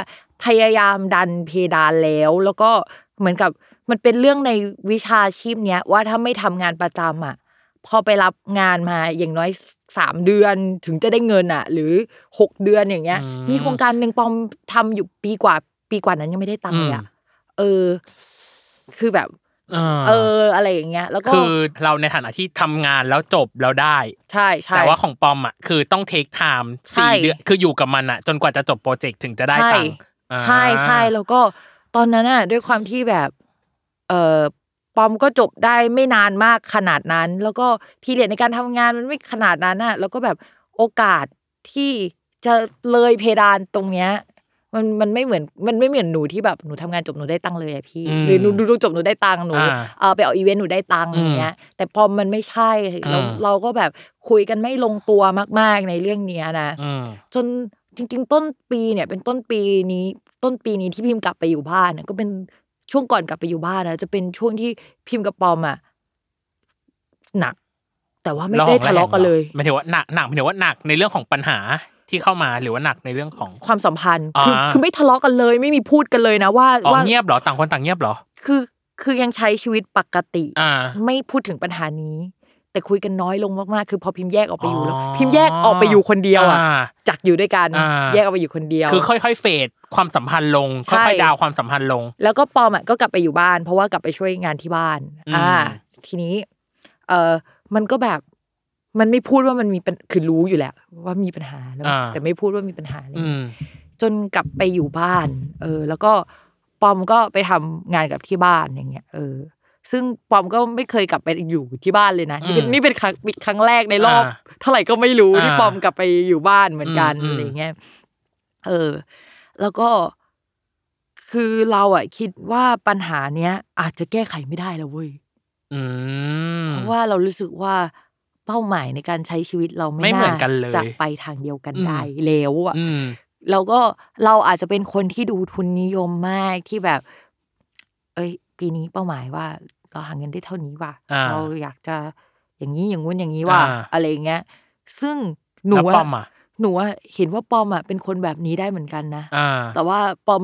Speaker 4: พยายามดันเพดานแล้ว แล้วก็เหมือนกับมันเป็นเรื่องในวิชาชีพเนี้ยว่าถ้าไม่ทำงานประจำอ่ะพอไปรับงานมาอย่างน้อยสามเดือนถึงจะได้เงินอ่ะ หรือหกเดือนอย่างเงี้ย มีโครงการหนึ่งปอมทำอยู่ปีกว่าปีกว่านั้นยังไม่ได้ตังค์เลยอ่ะเออ คือแบบ เออ อะไรอย่างเงี้ย แล้วก็
Speaker 3: คือเราในฐานะที่ทำงานแล้วจบแล้วได้
Speaker 4: ใช่ใช่
Speaker 3: แต่ว่าของปอมอ่ะคือต้องเทคไทม์
Speaker 4: ใช่
Speaker 3: สี่เดือนคืออยู่กับมันอ่ะ จนกว่าจะจบโปรเจกต์ถึงจะได้
Speaker 4: ใช่
Speaker 3: ตังค์อ่า
Speaker 4: ใช่ใช่แล้วก็ตอนนั้นน่ะ ด้วยความที่แบบ เออปอมก็จบได้ไม่นานมากขนาดนั้น แล้วก็พีเรียดในการทำงานมันไม่ขนาดนั้นน่ะ แล้วก็แบบโอกาสที่จะเลยเพดานตรงเนี้ย มันมันไม่เหมือนมันไม่เหมือนหนูที่แบบหนูทำงานจบหนูได้ตังค์เลยอะพี่
Speaker 3: อืม
Speaker 4: หรือหนูดูจบหนูได้ตังค์หนู
Speaker 3: อ่า
Speaker 4: เออไปออกอีเวนต์หนูได้ตังค์อย่างเงี้ย แต่พอมันไม่ใช่แล้ว
Speaker 3: อืม
Speaker 4: เราก็แบบคุยกันไม่ลงตัวมาก ๆในเรื่องเนี้ยนะ
Speaker 3: อืม
Speaker 4: จน จริง ๆ ต้นปีเนี่ยเป็นต้นปีนี้ต้นปีนี้ที่พิมพ์กลับไปอยู่บ้านน่ะก็เป็นช่วงก่อนกลับไปอยู่บ้านนะจะเป็นช่วงที่พิมพ์กับปอมอ่ะหนัก แต่ว่าไม่
Speaker 3: ร้อง
Speaker 4: ได้
Speaker 3: แรง
Speaker 4: ทะเลาะกันเลย
Speaker 3: หรอหมายถึงว่าหนักหนักหมายถึงว่าหนักในเรื่องของปัญหาที่เข้ามาหรือว่าหนักในเรื่องของ
Speaker 4: ความสัมพันธ์คืออา คือไม่ทะเลาะกันเลย ไม่มีพูดกันเลยนะว่า
Speaker 3: อ๋อ
Speaker 4: ว่า
Speaker 3: เงียบเหรอต่างคนต่างเงียบเหรอ
Speaker 4: คือคือยังใช้ชีวิตปกติ
Speaker 3: อ่า
Speaker 4: ไม่พูดถึงปัญหานี้ แต่คุยกันน้อยลงมากๆ คือพอพิมพ์แยกออกไปอยู่แล้ว
Speaker 3: อ๋อ
Speaker 4: พิมพ์แยกออกไปอยู่คนเดียวอ่ะ
Speaker 3: อ่า
Speaker 4: จากอยู่ด้วยกัน
Speaker 3: อ่า
Speaker 4: แยกออกไปอยู่คนเดียว
Speaker 3: คือค่อยๆเฟดความสัมพันธ์ลง
Speaker 4: ใช่
Speaker 3: ค่อยๆดาวความสัมพันธ์ลง
Speaker 4: แล้วก็ปอมอ่ะก็กลับไปอยู่บ้าน เพราะว่ากลับไปช่วยงานที่บ้าน
Speaker 3: อืม
Speaker 4: อ่า ทีนี้ เออมันก็แบบ มันไม่พูดว่ามันมีปัญคือรู้อยู่แหละว่ามีปัญหาแล้ว
Speaker 3: อ่า
Speaker 4: แต่ไม่พูดว่ามีปัญหาอะไร
Speaker 3: อืม
Speaker 4: จนกลับไปอยู่บ้าน เออ แล้วก็ปอมก็ไปทำงานกับที่บ้านอย่างเงี้ย เออ ซึ่งปอมก็ไม่เคยกลับไปอยู่ที่บ้านเลยนะนี่เป็น
Speaker 3: อืม
Speaker 4: นี่เป็นครั้งครั้งแรกในรอบ
Speaker 3: อ่า
Speaker 4: เท่าไหร่ก็ไม่รู้ที่
Speaker 3: อ่า
Speaker 4: ปอมกลับไปอยู่บ้านเหมือนกัน
Speaker 3: อืมอืม
Speaker 4: อะไรอย่างเงี้ย เออ แล้วก็คือเราอ่ะคิดว่าปัญหาเนี้ย อาจจะแก้ไขไม่ได้แล้วเว้ย
Speaker 3: อืม
Speaker 4: เพราะว่าเรารู้สึกว่าเป้าหมายในการใช้ชีวิตเราไม่
Speaker 3: ไม่เหมือนกันเลย
Speaker 4: จะไปทางเดียวกัน
Speaker 3: อืม
Speaker 4: ได้แล้วอ่ะ
Speaker 3: อืม
Speaker 4: แล้วก็เราอาจจะเป็นคนที่ดูทุนนิยมมากที่แบบ เอ้ย ปีนี้เป้าหมายว่า เราหาเงินได้เท่านี้ว่ะ
Speaker 3: อ่า
Speaker 4: เราอยากจะอย่างนี้อย่างงู้นอย่างนี้ว่ะ
Speaker 3: อ่า
Speaker 4: อะไรอย่างเงี้ย ซึ่งหนู
Speaker 3: แล้ว
Speaker 4: ว่า
Speaker 3: ป้อมอ่ะ
Speaker 4: หนูว่าเห็นว่าปอมอ่ะเป็นคนแบบนี้ได้เหมือนกันนะ
Speaker 3: อ่า
Speaker 4: แต่ว่าปอม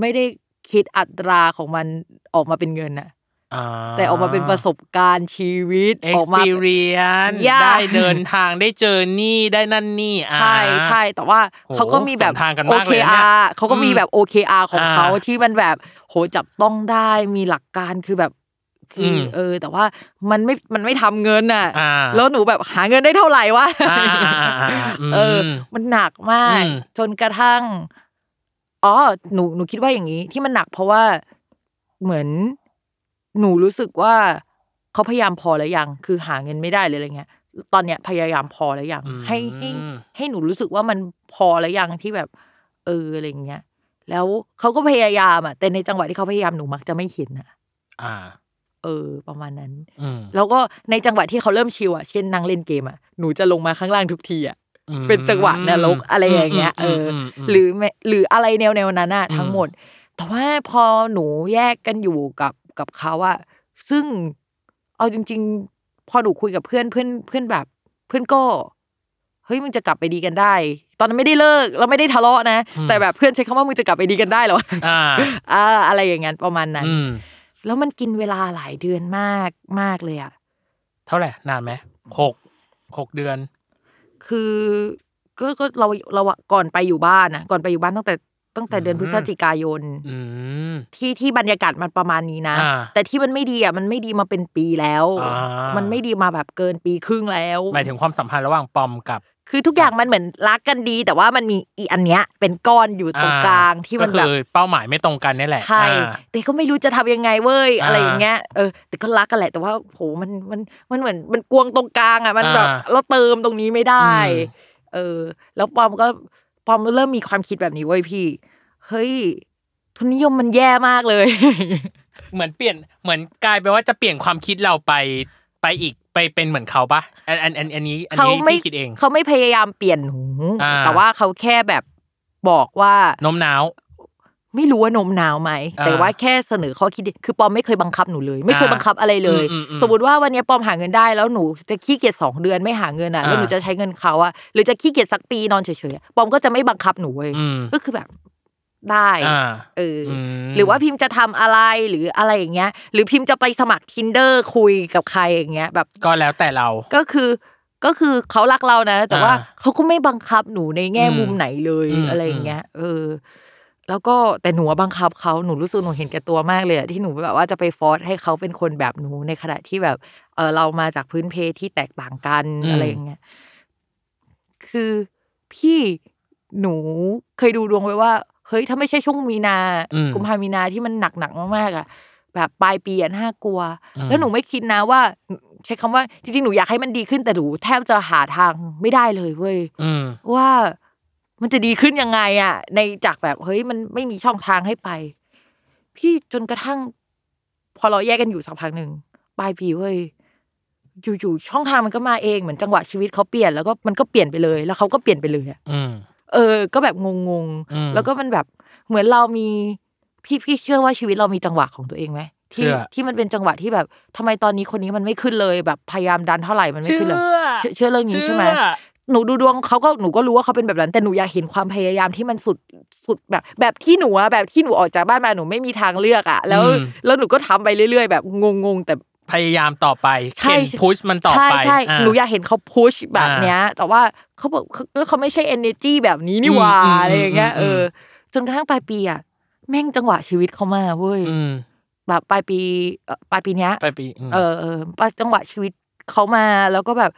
Speaker 4: ไม่ได้คิดอัตราของมันออกมาเป็นเงินน่ะ
Speaker 3: อ่า
Speaker 4: แต่ออกมาเป็นประสบการณ์ชีวิตออกมา
Speaker 3: experience
Speaker 4: ยาก
Speaker 3: ได้เดินทางได้เจอนี่ได้นั่นนี่อ่า
Speaker 4: ใช่ใช่แต่ว่า
Speaker 3: โห
Speaker 4: เขาก็มีแบบ
Speaker 3: สวนทางกันมากเลยนะเนี่ย
Speaker 4: OKR เขาก็มีแบบ OKR ของเขา
Speaker 3: อ่า
Speaker 4: ที่มันแบบโหจับต้องได้มีหลักการคือแบบคืออ
Speaker 3: ม
Speaker 4: เออ แต่ว่ามันไม่มันไม่ทำเงินน่ะ
Speaker 3: อ่า
Speaker 4: แล้วหนูแบบหาเงินได้เท่าไหร่วะ
Speaker 3: อ่าอ่าอ่าอ่าอืม
Speaker 4: เออ มันหนักมาก
Speaker 3: อืม
Speaker 4: จนกระทั่ง อ๋อ หนู หนูคิดว่าอย่างนี้ ที่มันหนักเพราะว่า เหมือน หนูรู้สึกว่าเขาพยายามพอแล้วยัง คือหาเงินไม่ได้เลยอะไรเงี้ย ตอนเนี้ยพยายามพอแล้วยัง
Speaker 3: อืม
Speaker 4: ให้ให้ให้หนูรู้สึกว่ามันพอแล้วยังที่แบบ เออ อะไรเงี้ย แล้วเขาก็พยายามอ่ะ แต่ในจังหวะที่เขาพยายามหนูมักจะไม่เห็นอ่ะ
Speaker 3: อ่า
Speaker 4: เออ ประมาณนั้น
Speaker 3: อืม
Speaker 4: แล้วก็ในจังหวะที่เขาเริ่มชิวอ่ะ เช่นนั่งเล่นเกมอ่ะ หนูจะลงมาข้างล่างทุกทีอ่ะ
Speaker 3: อืม
Speaker 4: เป็นจังหวะนรกอะไรอย่างเงี้ย เอออ
Speaker 3: มม
Speaker 4: หรือไม่หรืออะไรแนวแนวๆนั้นอะ
Speaker 3: อืม
Speaker 4: ทั้งหมด แต่ว่าพอหนูแยกกันอยู่กับกับเขาอะซึ่งเอาจริง ๆ พอหนูคุยกับเพื่อนเพื่อนเพื่อนแบบ เพื่อนก็เฮ้ยมึงจะกลับไปดีกันได้ ตอนนั้นไม่ได้เลิกแล้วไม่ได้ทะเลาะนะ แต่แบบเพื่อนใช้คำว่ามึงจะกลับไปดีกันได้เหรอว ะ
Speaker 3: อ่า
Speaker 4: อ่าอะไรอย่างงั้นประมาณนั้น
Speaker 3: อืม
Speaker 4: แล้วมันกินเวลาหลายเดือนมากมากเลยอะ
Speaker 3: เท่าไหร่นานไหมหกหกเดือน
Speaker 4: คือก็ก็เราเราอะก่อนไปอยู่บ้านนะก่อนไปอยู่บ้านตั้งแต่ตั้งแต่เดือน
Speaker 3: อืม
Speaker 4: พฤศจิกายน
Speaker 3: อืม
Speaker 4: ที่ที่บรรยากาศมันประมาณนี้นะ
Speaker 3: อ่า
Speaker 4: แต่ที่มันไม่ดีอ่ะมันไม่ดีมาเป็นปีแล้ว
Speaker 3: อ่ามั
Speaker 4: มันไม่ดีมาแบบเกินปีครึ่งแล้ว
Speaker 3: หมายถึงความสัมพันธ์ระหว่างปอมกับ
Speaker 4: คือทุกอย่างมันเหมือนรักกันดี แต่ว่ามันมีอีอันเนี้ย เป็นก้อนอยู่ตรง
Speaker 3: อ่
Speaker 4: กลางที่มัน
Speaker 3: ก็คือ
Speaker 4: แบบ
Speaker 3: เป้าหมายไม่ตรงกันนี่แหละ
Speaker 4: ใช่
Speaker 3: อ่า
Speaker 4: แต่ก็ไม่รู้จะทำยังไงเว้ย
Speaker 3: อ่า
Speaker 4: อะไรอย่างเงี้ยเออแต่ก็รักกันแหละแต่ว่าโหมันมันมันเหมือนมันกวงตรงกลางอ่ะมัน
Speaker 3: อ่า
Speaker 4: แบบเราเติมตรงนี้ไม่ได้
Speaker 3: อืม
Speaker 4: เออ แล้วปอมก็ปอมเริ่มมีความคิดแบบนี้เว้ยพี่ เฮ้ยทุนนิยมมันแย่มากเลย
Speaker 3: เหมือนเปลี่ยนเหมือนกลายไปนว่าจะเปลี่ยนความคิดเราไปไปอีกไปเป็นเหมือนเขาปะอันอันอันอันนี้อัน
Speaker 4: เขา
Speaker 3: นี้
Speaker 4: ไม่
Speaker 3: พี่คิดเอง
Speaker 4: เขาไม่พยายามเปลี่ยนหู
Speaker 3: อ่า
Speaker 4: แต่ว่าเขาแค่แบบบอกว่า
Speaker 3: โน้มน้าว
Speaker 4: ไม่รู้ว่าโนมนาวไหม
Speaker 3: อ่า
Speaker 4: แต่ว่าแค่เสนอข้อคิดคือปอมไม่เคยบังคับหนูเลย ไม่เคย
Speaker 3: อ่า
Speaker 4: บังคับอะไรเลย
Speaker 3: อืมอืมอืม
Speaker 4: สมมติว่าวันเนี้ยปอมหาเงินได้แล้วหนูจะขี้เกียจสองเดือนไม่หาเงินอ่ะ
Speaker 3: อ่า
Speaker 4: แล้วหนูจะใช้เงินเขาอ่ะหรือจะขี้เกียจสักปีนอนเฉยๆอะปอมก็จะไม่บังคับหนูเว้ย
Speaker 3: อืม
Speaker 4: ก็คือแบบได้
Speaker 3: อ่า
Speaker 4: เอออ
Speaker 3: ม
Speaker 4: หรือว่าพิมพ์จะทำอะไรหรืออะไรอย่างเงี้ย หรือพิมพ์จะไปสมัคร tinder คุยกับใครอย่างเงี้ยแบบ
Speaker 3: ก็แล้วแต่เรา
Speaker 4: ก็คือก็คือเขารักเรานะ แต่ว่า
Speaker 3: อ่า
Speaker 4: เขาก็ไม่บังคับหนูในแง่
Speaker 3: อืม
Speaker 4: มุมไหนเลย
Speaker 3: อืม
Speaker 4: อะไรอย่างเงี้ยเออ แล้วก็แต่หนูอะบังคับเขาหนูรู้สึกหนูเห็นแก่ตัวมากเลยอะที่หนูแบบว่าจะไปฟอร์สให้เขาเป็นคนแบบหนูในขณะที่แบบเออเรามาจากพื้นเพที่แตกต่างกัน
Speaker 3: อืม
Speaker 4: อะไรอย่างเงี้ยคือพี่หนูเคยดูดวงไว้ว่า เฮ้ยถ้าไม่ใช่ช่วงมีนา
Speaker 3: อืม
Speaker 4: กุมภามีนาที่มันหนักๆมากๆอ่ะ แบบปลายปีอ่ะน่ากลัว
Speaker 3: อืม
Speaker 4: แล้วหนูไม่คิดนะว่า ใช้คำว่าจริงๆ หนูอยากให้มันดีขึ้นแต่หนูแทบจะหาทางไม่ได้เลยเว้ย
Speaker 3: อืม
Speaker 4: ว่ามันจะดีขึ้นยังไงอ่ะ ในจากแบบเฮ้ยมันไม่มีช่องทางให้ไป พี่จนกระทั่ง พอเราแยกกันอยู่สักพักหนึ่งปลายปีเว้ยอยู่ๆช่องทางมันก็มาเองเหมือนจังหวะชีวิตเขาเปลี่ยนแล้วก็มันก็เปลี่ยนไปเลย แล้วเขาก็เปลี่ยนไปเลยอะ
Speaker 3: อืม
Speaker 4: เ เออ ก็แบบงง
Speaker 3: อืม
Speaker 4: ๆ แล้วก็มันแบบเหมือนเรามีพี่พี่เชื่อว่าชีวิตเรามีจังหวะของตัวเองไหมที่
Speaker 3: เชื่อ
Speaker 4: ที่มันเป็นจังหวะที่แบบทำไมตอนนี้คนนี้มันไม่ขึ้นเลยแบบพยายามดันเท่าไหร่มันไม่
Speaker 3: เชื่
Speaker 4: ขึ้นเลย
Speaker 3: อ
Speaker 4: เชื่อเชื่อเรื่องนี้ใช่ไหม
Speaker 3: เอ
Speaker 4: หนูดูดวงเขาก็หนูก็รู้ว่าเขาเป็นแบบนั้นแต่หนูอยากเห็นความพยายามที่มันสุดสุดแบบ แบบที่หนูอะแบบที่หนูออกจากบ้านมาหนูไม่มีทางเลือกอะแล้ว
Speaker 3: อืม
Speaker 4: แล้วหนูก็ทำไปเรื่อย ๆ แบบงงๆแต่
Speaker 3: พยายามต่อไป
Speaker 4: ใช่
Speaker 3: เข็นพุชมันต่อ
Speaker 4: ใช่
Speaker 3: ไป
Speaker 4: ใช่
Speaker 3: อ่ะ
Speaker 4: หนูอยากเห็นเขาพุชแบบเนี้ย แต่ว่าเขาบอกเขาเขาไม่ใช่ energy แบบนี้นี่หว่า
Speaker 3: อืมอืม
Speaker 4: อะไรอย่างเงี้ย
Speaker 3: อื
Speaker 4: เอ
Speaker 3: มอืม
Speaker 4: อจนกระทั่งปลายปีอะแม่งจังหวะชีวิตเขามาเว้ย
Speaker 3: อืม
Speaker 4: แบบปลายปีเอ่อปลายปีเนี้ย
Speaker 3: ไปปีม
Speaker 4: เออเออปะจังหวะชีวิตเขามาแล้วก็แบบ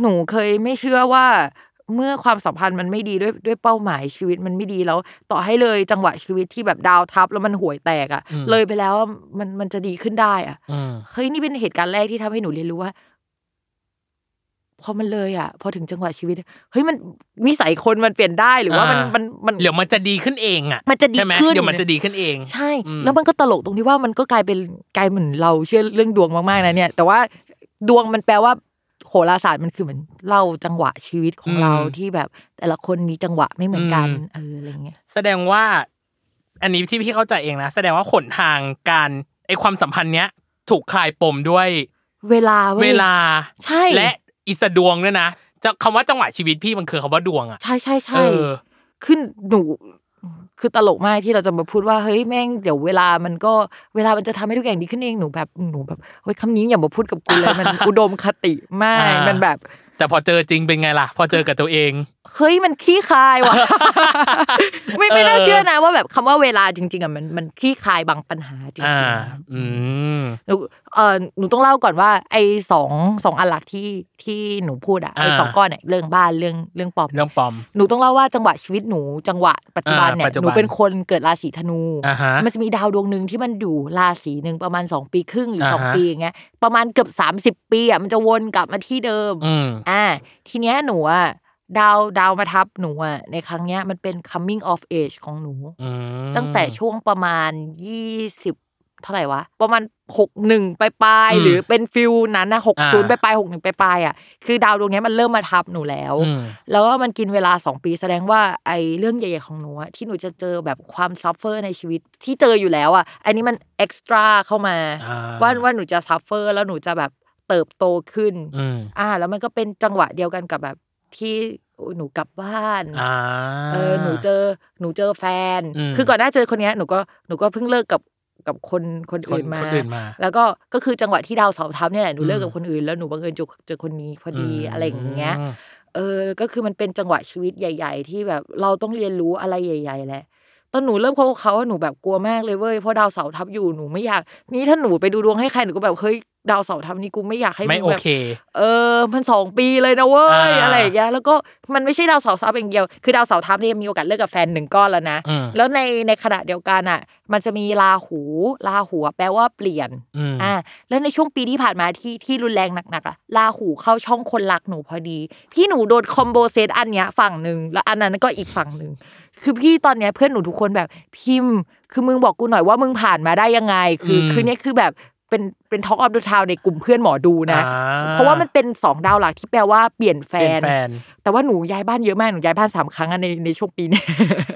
Speaker 4: หนูเคยไม่เชื่อว่า เมื่อความสัมพันธ์มันไม่ดีด้วยด้วยเป้าหมายชีวิตมันไม่ดีแล้ว ต่อให้เลยจังหวะชีวิตที่แบบดาวทับแล้วมันห่วยแตกอะ
Speaker 3: อืม
Speaker 4: เลยไปแล้วอะมันมันจะดีขึ้นได้อะ
Speaker 3: อืม
Speaker 4: เฮ้ยนี่เป็นเหตุการณ์แรกที่ทำให้หนูเรียนรู้ว่า พอมันเลยอะพอถึงจังหวะชีวิตเฮ้ยมันนิสัยคนมันเปลี่ยนได้หรือว่ามัน
Speaker 3: อ่ามั
Speaker 4: มันมัน
Speaker 3: เดี๋ยวมันจะดีขึ้นเองอ่ะ
Speaker 4: มันจะดี
Speaker 3: ใช่ไหม
Speaker 4: ขึ้น
Speaker 3: เดี๋ยวมันจะดีขึ้นเอง
Speaker 4: ใช่
Speaker 3: อืม
Speaker 4: แล้วมันก็ตลกตรงที่ว่ามันก็กลายเป็นกลายเหมือนเราเชื่อเรื่องดวงมากๆนะเนี่ย แต่ว่าดวงมันแปลว่าโหราศาสตร์มันคือเหมือนเล่าจังหวะชีวิตของเราที่แบบ แต่ละคนมีจังหวะไม่เหมือนกันเอออะไรเงี้ย
Speaker 3: แสดงว่า อันนี้ที่พี่เข้าใจเองนะ แสดงว่าขนทางการไอความสัมพันธ์เนี้ย ถูกคลายปมด้วย
Speaker 4: เวลาว้ย
Speaker 3: เวลา
Speaker 4: ใช่
Speaker 3: และอิสดวงด้วยนะจะคำว่าจังหวะชีวิตพี่มันคือคำว่าดวงอ่ะ
Speaker 4: ใช่ใช่ใช่
Speaker 3: เออ
Speaker 4: ขึ้นหนูคือตลกมากที่เราจะมาพูดว่าเฮ้ยแม่งเดี๋ยวเวลามันก็เวลามันจะทำให้ทุกอย่างดีขึ้นเองหนูแบบหนูแบบเฮ้ยคำนี้อย่ามาพูดกับกู เลยมัน อุดมคติมาก
Speaker 3: อ่ามั
Speaker 4: มันแบบ
Speaker 3: แต่พอเจอจริงเป็นไงล่ะ พอเจอกับตัวเอง
Speaker 4: เฮ้ยมันขี้คายว่ะ ไม่ไม่น่า
Speaker 3: เออ
Speaker 4: เชื่อนะว่าแบบคำว่าเวลาจริง ๆอ่ะมันมันขี้คายบางปัญหาจริ
Speaker 3: อ่าง อืม
Speaker 4: ๆหนูเออหนูต้องเล่าก่อนว่า ไอ้สองสองอันหลักที่ที่หนูพูดอ่ะไอ้
Speaker 3: อ่า
Speaker 4: สองก้อนเนี่ยเรื่องบ้านเรื่องเรื่องปอบ
Speaker 3: เรื่องปอม
Speaker 4: หนูต้องเล่าว่าจังหวะชีวิตหนูจังหวะปัจจุบันเนี่
Speaker 3: อ่าปั
Speaker 4: ย
Speaker 3: จจุบัน
Speaker 4: หนูเป็นคนเกิดราศีธนู
Speaker 3: อ่าฮะ
Speaker 4: มันจะมีดาวดวงหนึ่งที่มันอยู่ราศีหนึ่งประมาณสองปีครึ่งหรือสอง
Speaker 3: อ่าฮะ
Speaker 4: ปีอย่างเงี้ยประมาณเกือบสามสิบปีอ่ะมันจะวนกลับมาที่เดิม
Speaker 3: อืม
Speaker 4: อ่าทีเนี้ยหนูอ่ะดาวดาวมาทับหนูอ่ะในครั้งเนี้ยมันเป็น coming of age ของหนู
Speaker 3: อืม
Speaker 4: ตั้งแต่ช่วงประมาณยี่สิบเท่าไหร่วะ ประมาณหกหนึ่งปลาย
Speaker 3: อืม
Speaker 4: ๆหรือเป็นฟิลนั้นนะหก
Speaker 3: อ่า
Speaker 4: ศูนย์ปลายหกหนึ่งปลายๆอ่ะคือดาวดวงเนี้ยมันเริ่มมาทับหนูแล้ว
Speaker 3: อืม
Speaker 4: แล้วก็มันกินเวลาสองปีแสดงว่าไอ้เรื่องใหญ่ๆของหนูอะที่หนูจะเจอแบบความซัฟเฟอร์ในชีวิตที่เจออยู่แล้วอ่ะอันนี้มันเอ็กซ์ตร้าเข้ามา
Speaker 3: อ่า
Speaker 4: ว่าว่าหนูจะซัฟเฟอร์แล้วหนูจะแบบเติบโตขึ้น
Speaker 3: อืม
Speaker 4: อ่าแล้วมันก็เป็นจังหวะเดียวกันกับแบบที่หนูกลับบ้าน
Speaker 3: อ่า
Speaker 4: เออหนูเจอหนูเจอแฟน
Speaker 3: อืม
Speaker 4: คือก่อนหน้าเจอคนเนี้ยหนูก็หนูก็เพิ่งเลิกกับกับคนคน
Speaker 3: คน
Speaker 4: อื่นมา
Speaker 3: คนอื่นมา
Speaker 4: แล้วก็ก็คือจังหวะที่ดาวเสาร์ทับเนี่ยแหละหนู
Speaker 3: อืม
Speaker 4: เลิกกับคนอื่นแล้วหนูบังเอิญเจอเจอคนนี้พอดีอะไรอย่างเงี้ย
Speaker 3: ม
Speaker 4: เออก็คือมันเป็นจังหวะชีวิตใหญ่ ๆ ที่แบบเราต้องเรียนรู้อะไรใหญ่ ๆ แหละตอนหนูเริ่มคบกับเขาอะหนูแบบกลัวมากเลยเว้ยเพราะดาวเสาร์ทับอยู่หนูไม่อยากนี่ถ้าหนูไปดูดวงให้ใครหนูก็แบบเฮ้ยดาวเสาร์ทับนี่กูไม่อยากให้
Speaker 3: ไม่
Speaker 4: ง
Speaker 3: โอ
Speaker 4: แบบ
Speaker 3: เค
Speaker 4: เออมันสองปีเลยนะเว้ย
Speaker 3: อ่า
Speaker 4: อะไรอย่างเงี้ยแล้วก็มันไม่ใช่ดาวเสาร์ทับอย่างเดียวคือดาวเสาร์ทับเนี่ยมีโอกาสเลิกกับแฟนหนึ่งก้อนแล้วนะ
Speaker 3: อืม
Speaker 4: แล้วในในขณะเดียวกันอ่ะ มันจะมีราหูราหูอะแปลว่าเปลี่ยน
Speaker 3: อืม
Speaker 4: อ่าแล้วในช่วงปีที่ผ่านมาที่ที่รุนแรงหนักๆอ่ะราหูเข้าช่องคนรักหนูพอดี พี่หนูโดนคอมโบเซตอันเนี้ยฝั่งหนึ่งแล้วอันนั้นก็อีกฝั่งหนึ่งคือพี่ตอนเนี้ยเพื่อนหนูทุกคนแบบพิมพ์ คือมึงบอกกูหน่อยว่ามึงผ่านมาได้ยังไง คืออ
Speaker 3: ม
Speaker 4: คือเนี่ยคือแบบเป็นเป็นท็อกออฟเดอะทาวในกลุ่มเพื่อนหมอดูนะ
Speaker 3: อ่
Speaker 4: เพราะว่ามันเป็นสองดาวหลักที่แปลว่าเปลี่ยนแฟ
Speaker 3: เปลี่ยน
Speaker 4: น
Speaker 3: แฟน
Speaker 4: แต่ว่าหนูย้ายบ้านเยอะมากหนูย้ายบ้านสามครั้งอะในในช่วงปีเนี้ย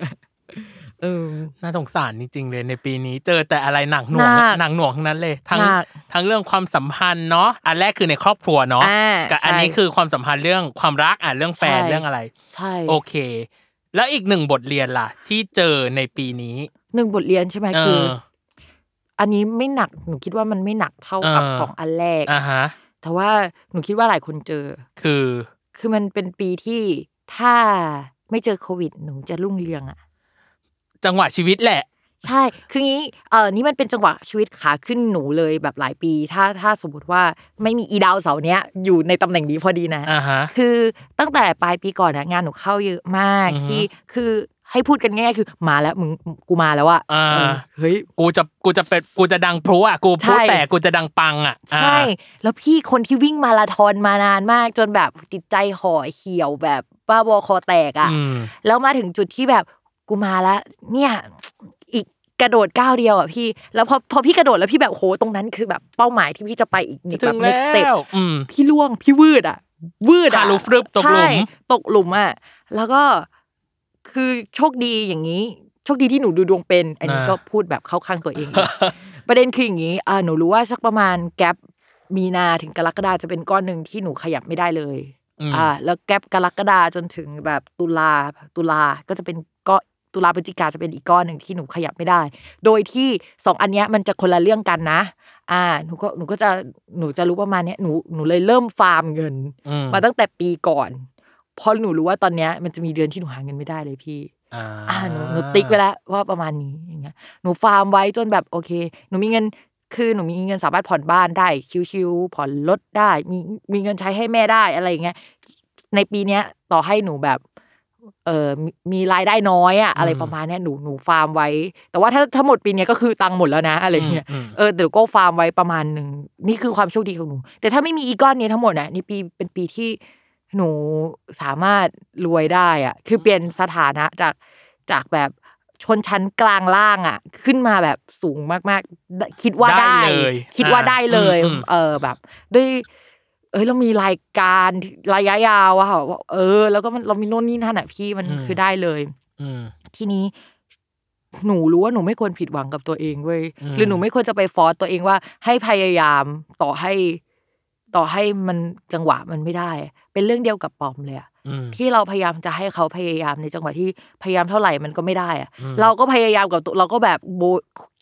Speaker 4: เออ
Speaker 3: น่าสงสารจริงๆเลยในปีนี้ เจอแต่อะไรหนักหน่วง
Speaker 4: หนัก
Speaker 3: หนักหน่วงทั้งนั้นเลยทั้ง
Speaker 4: หนัก
Speaker 3: ทั้งเรื่องความสัมพันธ์เนาะอันแรกคือในครอบครัวเนาะ
Speaker 4: อ่า
Speaker 3: กับอันนี้
Speaker 4: ใช่
Speaker 3: คือความสัมพันธ์เรื่องความรักอ่ะเรื่องแฟน
Speaker 4: ใช่
Speaker 3: เรื่องอะไร
Speaker 4: ใช่
Speaker 3: โอเค แล้วอีกหนึ่งบทเรียนล่ะ ที่เจอในปีนี้
Speaker 4: หนึ่งบทเรียนใช่ไหม
Speaker 3: เอ
Speaker 4: คือ
Speaker 3: อ
Speaker 4: อันนี้ไม่หนักหนูคิดว่ามันไม่หนักเท่ากับ
Speaker 3: เออ
Speaker 4: สองอันแรก
Speaker 3: อ่าฮะ
Speaker 4: แต่ว่าหนูคิดว่าหลายคนเจอ
Speaker 3: คือ
Speaker 4: คือมันเป็นปีที่ถ้าไม่เจอโควิด หนูจะรุ่งเรืองอะ
Speaker 3: จังหวะชีวิตแหละ
Speaker 4: ใช่ คืองี้ เออนี่มันเป็นจังหวะชีวิตขาขึ้นหนูเลยแบบหลายปี ถ้าถ้าสมมติว่าไม่มีอีดาวเสาร์เนี้ยอยู่ในตำแหน่งนี้พอดีนะ
Speaker 3: อ่าฮะ
Speaker 4: คือตั้งแต่ปลายปีก่อนนะงานหนูเข้าเยอะมาก
Speaker 3: อือฮึ
Speaker 4: ที่คือให้พูดกันง่ายๆคือมาแล้วมึงกูมาแล้วอะ
Speaker 3: อ่า
Speaker 4: เออเฮ้ย
Speaker 3: กูจะกูจะเป็นกูจะดังพลุอ่ะกูพลุ
Speaker 4: ใช่
Speaker 3: แต่กูจะดังปังอ่ะอ่า
Speaker 4: ใช่ แล้วพี่คนที่วิ่งมาราธอนมานานมาก จนแบบติดใจห่อเขียวแบบบ้าบอคอแตกอะ
Speaker 3: อืม
Speaker 4: แล้วมาถึงจุดที่แบบกูมาแล้วเนี่ย อีกกระโดดก้าวเดียวอ่ะพี่ แล้วพอพอพี่กระโดดแล้วพี่แบบโหตรงนั้นคือแบบเป้าหมายที่พี่จะไปอีกนิด
Speaker 3: ถึ
Speaker 4: แบ
Speaker 3: ง
Speaker 4: บ
Speaker 3: แล้
Speaker 4: next step
Speaker 3: วอืม
Speaker 4: พี่ล่วงพี่วืดอ่ะวืด
Speaker 3: ทะ
Speaker 4: อ่ะ
Speaker 3: ลุฟรึบตกหลุม
Speaker 4: ใช่ตกหลุมอ่ะแล้วก็ คือโชคดีอย่างนี้ โชคดีที่หนูดูดวงเป็น อันนี้
Speaker 3: อ่า
Speaker 4: ก็พูดแบบเข้าข้างตัวเอง ประเด็นคืออย่างนี้อ่าหนูรู้ว่าสักประมาณแกลบมีนาถึงกรกฎาจะเป็นก้อนหนึ่งที่หนูขยับไม่ได้เลย
Speaker 3: อืม
Speaker 4: อ่า แล้วแกลบกรกฎาจนถึงแบบตุลาตุลาก็จะเป็นก็ตุลาพฤศจิกาจะเป็นอีกก้อนหนึ่งที่หนูขยับไม่ได้ โดยที่สองอันเนี้ยมันจะคนละเรื่องกันนะ อ่า หนูก็หนูก็จะหนูจะรู้ประมาณเนี้ยหนูหนูเลยเริ่มฟาร์มเงิน
Speaker 3: อืม
Speaker 4: มาตั้งแต่ปีก่อนเพราะหนูรู้ว่าตอนเนี้ยมันจะมีเดือนที่หนูหาเงินไม่ได้เลยพี่
Speaker 3: อ่า
Speaker 4: อ่าหนูหนูติ๊กไว้แล้วว่าประมาณนี้อย่างเงี้ยหนูฟาร์มไว้จนแบบโอเค หนูมีเงินคือหนูมีเงินสามารถผ่อนบ้านได้ชิวๆผ่อนรถได้ มีมีเงินใช้ให้แม่ได้อะไรอย่างเงี้ยในปีเนี้ยต่อให้หนูแบบเออมีมีรายได้น้อยอะอะไรประมาณเนี้ยหนูหนูฟาร์มไว้ แต่ว่าถ้าถ้าหมดปีเนี้ยก็คือตังค์หมดแล้วนะอะไรอย่างเงี้ย
Speaker 3: มม
Speaker 4: เออแต่หนูก็ฟาร์มไว้ประมาณหนึ่งนี่คือความโชคดีของหนู แต่ถ้าไม่มีอีกก้อนนี้ทั้งหมดนะนี่ปีเป็นปีที่หนูสามารถรวยได้อะคือเปลี่ยนสถานะจากจากแบบชนชั้นกลางล่างอะขึ้นมาแบบสูงมากๆ คิดว่าได้
Speaker 3: เลย
Speaker 4: คิดว่า
Speaker 3: อ่
Speaker 4: ได้เลย
Speaker 3: อืม
Speaker 4: เออแบบ ด้วย เอ้ยเรามีรายการระยะยาวอะค่ะว่าเออ แล้วก็มันเรามีโน่นนี่นั่นอะพี่มันคือได้เลย
Speaker 3: อืม
Speaker 4: ทีนี้หนูรู้ว่าหนูไม่ควรผิดหวังกับตัวเองเว้ย
Speaker 3: อืม
Speaker 4: หรือหนูไม่ควรจะไปฟอร์สตัวเองว่า ให้พยายามต่อให้ ต่อให้มันจังหวะมันไม่ได้ เป็นเรื่องเดียวกับปอมเลยอะ
Speaker 3: อืม
Speaker 4: ที่เราพยายามจะให้เขาพยายามในจังหวะที่พยายามเท่าไหร่มันก็ไม่ได้อะ
Speaker 3: อืม
Speaker 4: เราก็พยายามกับตัวเราก็แบบโบ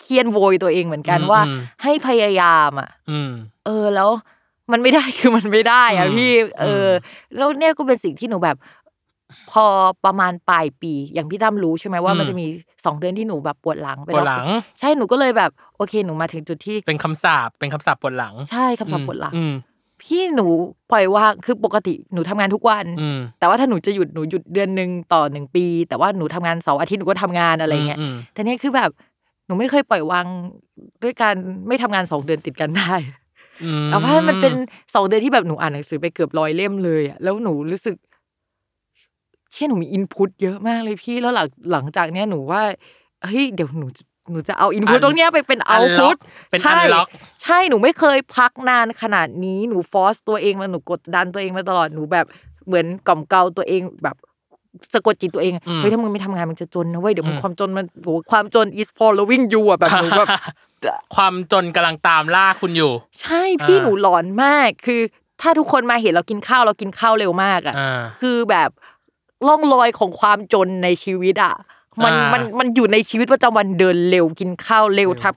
Speaker 4: เคียนโวยตัวเองเหมือนกัน
Speaker 3: อืม
Speaker 4: ว่า
Speaker 3: อืม
Speaker 4: ให้พยายามอะ
Speaker 3: อืม
Speaker 4: เออแล้วมันไม่ได้ คือมันไม่ได้อะ
Speaker 3: อืม
Speaker 4: พี่ เอออ
Speaker 3: ม
Speaker 4: แล้วเนี่ยก็เป็นสิ่งที่หนูแบบ พอประมาณปลายปี อย่างพี่ตั้มรู้ใช่ไหมว่ามันจะมีสองเดือนที่หนูแบบปวดหลังไป
Speaker 3: ปวดหลัง
Speaker 4: ใช่หนูก็เลยแบบโอเคหนูมาถึงจุดที่
Speaker 3: เป็นคำสาปเป็นคำสาปปวดหลัง
Speaker 4: ใช่คำสั่งปวดหลัง
Speaker 3: อืม
Speaker 4: พี่หนูปล่อยวางคือปกติหนูทำงานทุกวัน
Speaker 3: อืม
Speaker 4: แต่ว่าถ้าหนูจะหยุดหนูหยุดเดือนหนึ่งต่อหนึ่งปี แต่ว่าหนูทำงานเสาร์อาทิตย์หนูก็ทำงานอะไรเงี้ย
Speaker 3: มม
Speaker 4: แต่เนี่ยคือแบบหนูไม่เคยปล่อยวางด้วยการไม่ทำงานสองเดือนติดกันได้
Speaker 3: อื
Speaker 4: เอาว่ามันเป็นสองเดือนที่แบบหนูอ่านหนังสือไปเกือบร้อยเล่มเลยอะแล้วหนูรู้สึก เช่ยหนูมีอินพุตเยอะมากเลยพี่แล้วหลังหลังจากเนี้ยหนูว่าเฮ้ยเดี๋ยวหนูหนูจะเอาอินพุตตรงเนี้ยไปเป็นเอาพุต
Speaker 3: เป็น
Speaker 4: ใช่
Speaker 3: อันล็อก
Speaker 4: ใช่หนูไม่เคยพักนานขนาดนี้หนูฟอสตัวเองมาหนูกดดันตัวเองมาตลอดหนูแบบเหมือนกล่อมเกลาตัวเองแบบสะกดจิตตัวเอง
Speaker 3: อืม
Speaker 4: เฮ้ยถ้ามึงไม่ทำงานมึงจะจนนะเว้ยเดี๋ยวมึง
Speaker 3: อืม
Speaker 4: ความจนมันโหความจน is following you อะแบบหนูแบบ
Speaker 3: ความจนกำลังตามล่าคุณอยู่
Speaker 4: ใช่พี่
Speaker 3: อ่า
Speaker 4: หนูหลอนมากคือ ถ้าทุกคนมาเห็นเรากินข้าวเรากินข้าวเร็วมากอ่ะ
Speaker 3: อ่า
Speaker 4: คือแบบล่องรอยของความจนในชีวิตอ่ะมัน
Speaker 3: อ่ามั
Speaker 4: มันมันอยู่ในชีวิตประจำวันเดินเร็วกินข้าวเร็วทับ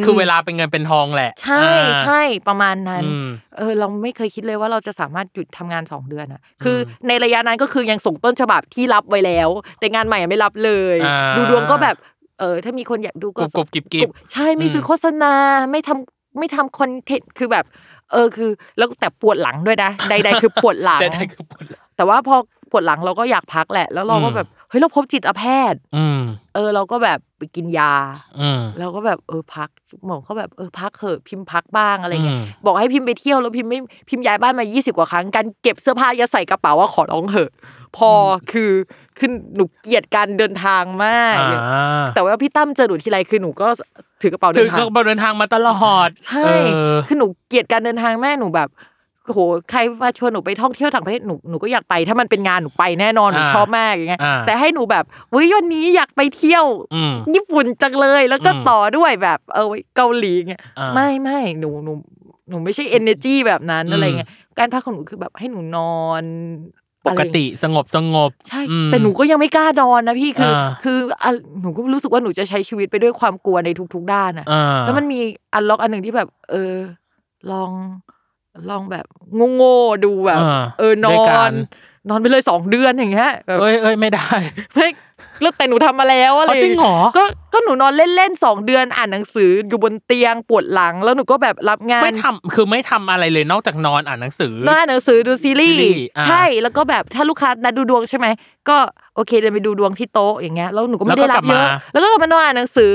Speaker 4: ม
Speaker 3: คือเวลาเป็นเงินเป็นทองแหละ
Speaker 4: ใช่
Speaker 3: อ่า
Speaker 4: ใช่ประมาณนั้น
Speaker 3: อืม
Speaker 4: เออเราไม่เคยคิดเลยว่าเราจะสามารถหยุดทำงานสองเดือนอ่ะ คืออ
Speaker 3: ม
Speaker 4: ในระยะนั้นก็คือยังส่งต้นฉบับที่รับไว้แล้ว แต่งานใหม่อะไม่รับเลย
Speaker 3: อ่า
Speaker 4: ดูดวงก็แบบเออถ้ามีคนอยากดู
Speaker 3: ก
Speaker 4: ก็
Speaker 3: รุบกรุบกิบกิบ
Speaker 4: ใช่ไม่ซื้อ
Speaker 3: ม
Speaker 4: โฆษณาไม่ทำไม่ทำคอนเทนต์คือแบบ เออคือ แล้วแต่ปวดหลังด้วยนะใด ๆ คือปวดหลัง
Speaker 3: ได้ได้คือปวดหลัง
Speaker 4: แต่ว่าพอปวดหลังเราก็อยากพักแหละ แล้วเราก็
Speaker 3: อืม
Speaker 4: แบบเฮ้ยเราพบจิตแพทย์
Speaker 3: อืม
Speaker 4: เออ เราก็แบบไปกินยา
Speaker 3: อืม
Speaker 4: เราก็แบบเออพักหมอเขาแบบเออพักเถอะพิมพ์พักบ้างอะไรเงี้ย
Speaker 3: อืม
Speaker 4: บอกให้พิมพ์ไปเที่ยวแล้วพิมพ์ไม่พิมพ์ย้ายบ้านมา 20 กว่าครั้งการเก็บเสื้อผ้ายัดใส่กระเป๋าว่าขอร้องเถอะ พอคือคือหนูเกลียดการเดินทางมาก
Speaker 3: อ่า
Speaker 4: แต่ว่าพี่ตั้มเจอหนูทีไรคือหนูก็ถือกระเป๋าเดิ
Speaker 3: ถือน
Speaker 4: ทาง
Speaker 3: กระเป๋าเดินทางมาตลอด
Speaker 4: ใช่
Speaker 3: เออ
Speaker 4: คือหนูเกลียดการเดินทางแม่หนูแบบโหใครมาชวนหนูไปท่องเที่ยวต่างประเทศหนูหนูก็อยากไป ถ้ามันเป็นงานหนูไปแน่นอนหนู
Speaker 3: อ่า
Speaker 4: ชอบมากอย่างเงี้ย
Speaker 3: อ่า
Speaker 4: แต่ให้หนูแบบเฮ้ยวันนี้อยากไปเที่ยว
Speaker 3: อืม
Speaker 4: ญี่ปุ่นจังเลยแล้วก็
Speaker 3: อืม
Speaker 4: ต่อด้วยแบบเออเกาหลีเงี้ย
Speaker 3: อ่า
Speaker 4: ไม่ไม่หนูหนูหนูไม่ใช่ energy แบบนั้น
Speaker 3: อืม
Speaker 4: อะไรเงี้ยการพักของหนูคือแบบให้หนูนอน
Speaker 3: ป
Speaker 4: อะไร
Speaker 3: ก
Speaker 4: อย่างเงี้ย
Speaker 3: ติสงบสงบ
Speaker 4: ใช่
Speaker 3: อืม
Speaker 4: แต่หนูก็ยังไม่กล้านอนนะพี่คืออา คืออ่ะหนูก็รู้สึกว่าหนูจะใช้ชีวิตไปด้วยความกลัวในทุก ๆ ด้านอะ
Speaker 3: อ่า
Speaker 4: แล้วมันมีอันล็อกอันหนึ่งที่แบบ เออ ลองลองแบบโง่ๆดูแบบ
Speaker 3: อ่า
Speaker 4: เออน
Speaker 3: ด้วย
Speaker 4: อ
Speaker 3: กัน น
Speaker 4: นอนไปเลยสองเดือนอย่างเงี้ยแบบ
Speaker 3: เอ้ยเอ้ยไม่ได้
Speaker 4: เฮ้ยแล้วแต่หนูทำมาแล้วอะไร
Speaker 3: อ๋อจริงเหรอ
Speaker 4: ก็ก็หนูนอนเล่นๆสองเดือนอ่านหนังสืออยู่บนเตียงปวดหลัง แล้วหนูก็แบบรับงาน
Speaker 3: ไม่ทำคือไม่ทำอะไรเลยนอกจากนอนอ่านหนังสือ
Speaker 4: นอนอ่านหนังสือดูซีรี
Speaker 3: ซีรี
Speaker 4: ส์
Speaker 3: ส์อ่า
Speaker 4: ใช่แล้วก็แบบถ้าลูกค้านัดดูดวงใช่ไหมก็โอเคเดินไปดูดวงที่โต๊ะอย่างเงี้ยแล้วหนูก็ไม่ได้รับเยอะแล้วก็กลับมานอนอ่านหนังสือ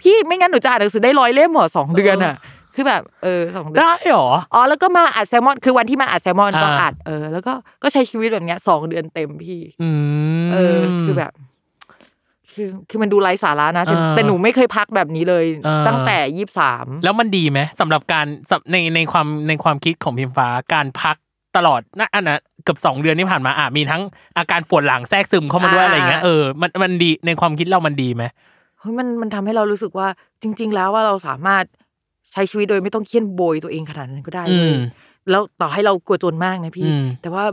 Speaker 4: พี่ไม่งั้นหนูจะอ่านหนังสือได้ร้อยเล่มเหรอสองเดือนอ่ะ คือแบบเออสองเดือน
Speaker 3: ได้เหรอ
Speaker 4: อ๋อแล้วก็มาอัดแซลมอนคือวันที่มาอัดแซลมอนก็
Speaker 3: อ่า
Speaker 4: อัดเออแล้วก็ก็ใช้ชีวิตแบบเนี้ยสองเดือนเต็มพี่
Speaker 3: อืม
Speaker 4: เออคือแบบ คือคือมันดูไร้สาระนะแต่
Speaker 3: อ่า
Speaker 4: แต่หนูไม่เคยพักแบบนี้เลย
Speaker 3: อ่า
Speaker 4: ตั้งแต่ยี่สิบสาม
Speaker 3: แล้วมันดีไหมสำหรับการสำในในความในความคิดของพิมฟ้าการพักตลอดนะอันนั้น กือบสองเดือนที่ผ่านมาอ่ะมีทั้งอาการปวดหลังแทรกซึมเข้ามาด้วย
Speaker 4: อ่า
Speaker 3: อะไรอย่างเงี้ยเออมันมันดีในความคิดเรามันดีไหม
Speaker 4: เฮ้ยมันมันทำให้เรารู้สึกว่าจริง ๆ แล้วว่าเราสามารถใช้ชีวิตโดยไม่ต้องเคี่ยนโบยตัวเองขนาดนั้นก็ได้
Speaker 3: อื
Speaker 4: เล
Speaker 3: ม
Speaker 4: ยแล้วต่อให้เรากลัวจนมากนะพี่
Speaker 3: อืม
Speaker 4: แต่ว่า